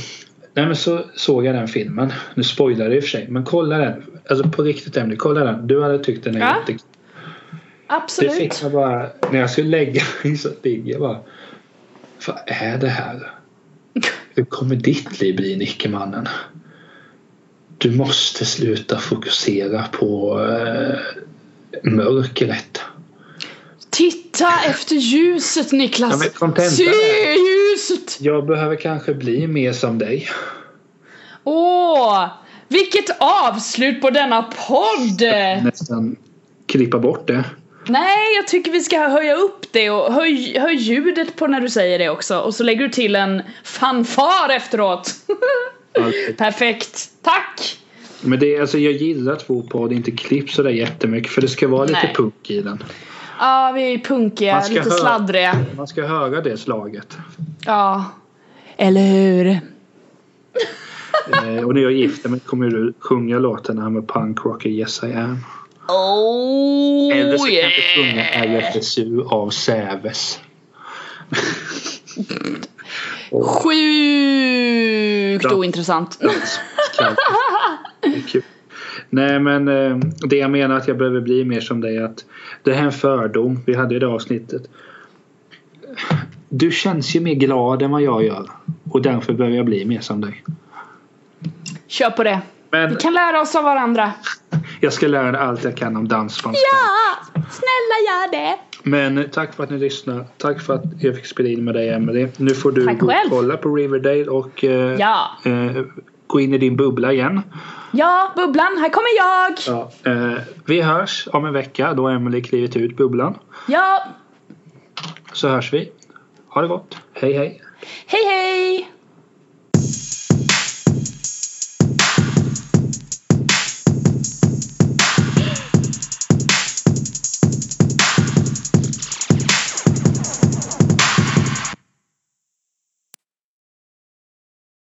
Speaker 1: nej men så såg jag den filmen. Nu spoilar det i och för sig. Men kolla den. Alltså på riktigt Emily, kolla den. Du hade tyckt den är
Speaker 2: Ja,
Speaker 1: jättekul. Det
Speaker 2: Absolut.
Speaker 1: fick mig bara... När jag skulle lägga mig så ligger jag bara... Vad är det här? Hur kommer ditt liv bli Nicke-mannen? Du måste sluta fokusera på eh, mörkret.
Speaker 2: Titta efter ljuset
Speaker 1: Ja, men
Speaker 2: Niklas.
Speaker 1: kontentan
Speaker 2: Se
Speaker 1: är-
Speaker 2: ljuset.
Speaker 1: Jag behöver kanske bli mer som dig.
Speaker 2: Åh. Vilket avslut på denna podd.
Speaker 1: nästan klippa bort det.
Speaker 2: Nej, jag tycker vi ska höja upp det och höj, höj ljudet på när du säger det också. Och så lägger du till en fanfar efteråt. Perfekt. Tack.
Speaker 1: Men det, är- alltså, jag gillar att vår podd inte klipps sådär jättemycket för det ska vara lite
Speaker 2: Nej.
Speaker 1: punk i den.
Speaker 2: Ja, vi är punkiga,
Speaker 1: Man ska
Speaker 2: lite
Speaker 1: höra-
Speaker 2: sladdriga.
Speaker 1: Man ska höra det slaget.
Speaker 2: Ja. Eller hur?
Speaker 1: eh, och när jag gifter mig kommer du sjunga låten här med punk rocker Yes I am.
Speaker 2: Oh
Speaker 1: Eller så
Speaker 2: yeah.
Speaker 1: kan du sjunga RFSU av Säves.
Speaker 2: Sjukt
Speaker 1: Ja.
Speaker 2: ointressant.
Speaker 1: Kan- det är kul. Nej men eh, det jag menar att jag behöver bli mer som dig är att det här är en fördom. Vi hade ju det avsnittet. Du känns ju mer glad än vad jag gör och därför behöver jag bli mer som dig.
Speaker 2: Kör på det.
Speaker 1: Men
Speaker 2: Vi kan lära oss av varandra.
Speaker 1: jag ska lära dig allt jag kan om dansband.
Speaker 2: Ja! Snälla gör det.
Speaker 1: Men tack för att ni lyssnade. Tack för att jag fick spela in med dig Emelie. Nu får du
Speaker 2: Tack
Speaker 1: gå och
Speaker 2: själv.
Speaker 1: kolla på Riverdale och eh,
Speaker 2: Ja.
Speaker 1: eh, gå in i din bubbla igen.
Speaker 2: Ja, Bubblan, här kommer jag.
Speaker 1: Ja. Eh, vi hörs om en vecka då Emelie klivit ut bubblan.
Speaker 2: Ja,
Speaker 1: så hörs vi. Ha det gott. Hej hej.
Speaker 2: hej hej!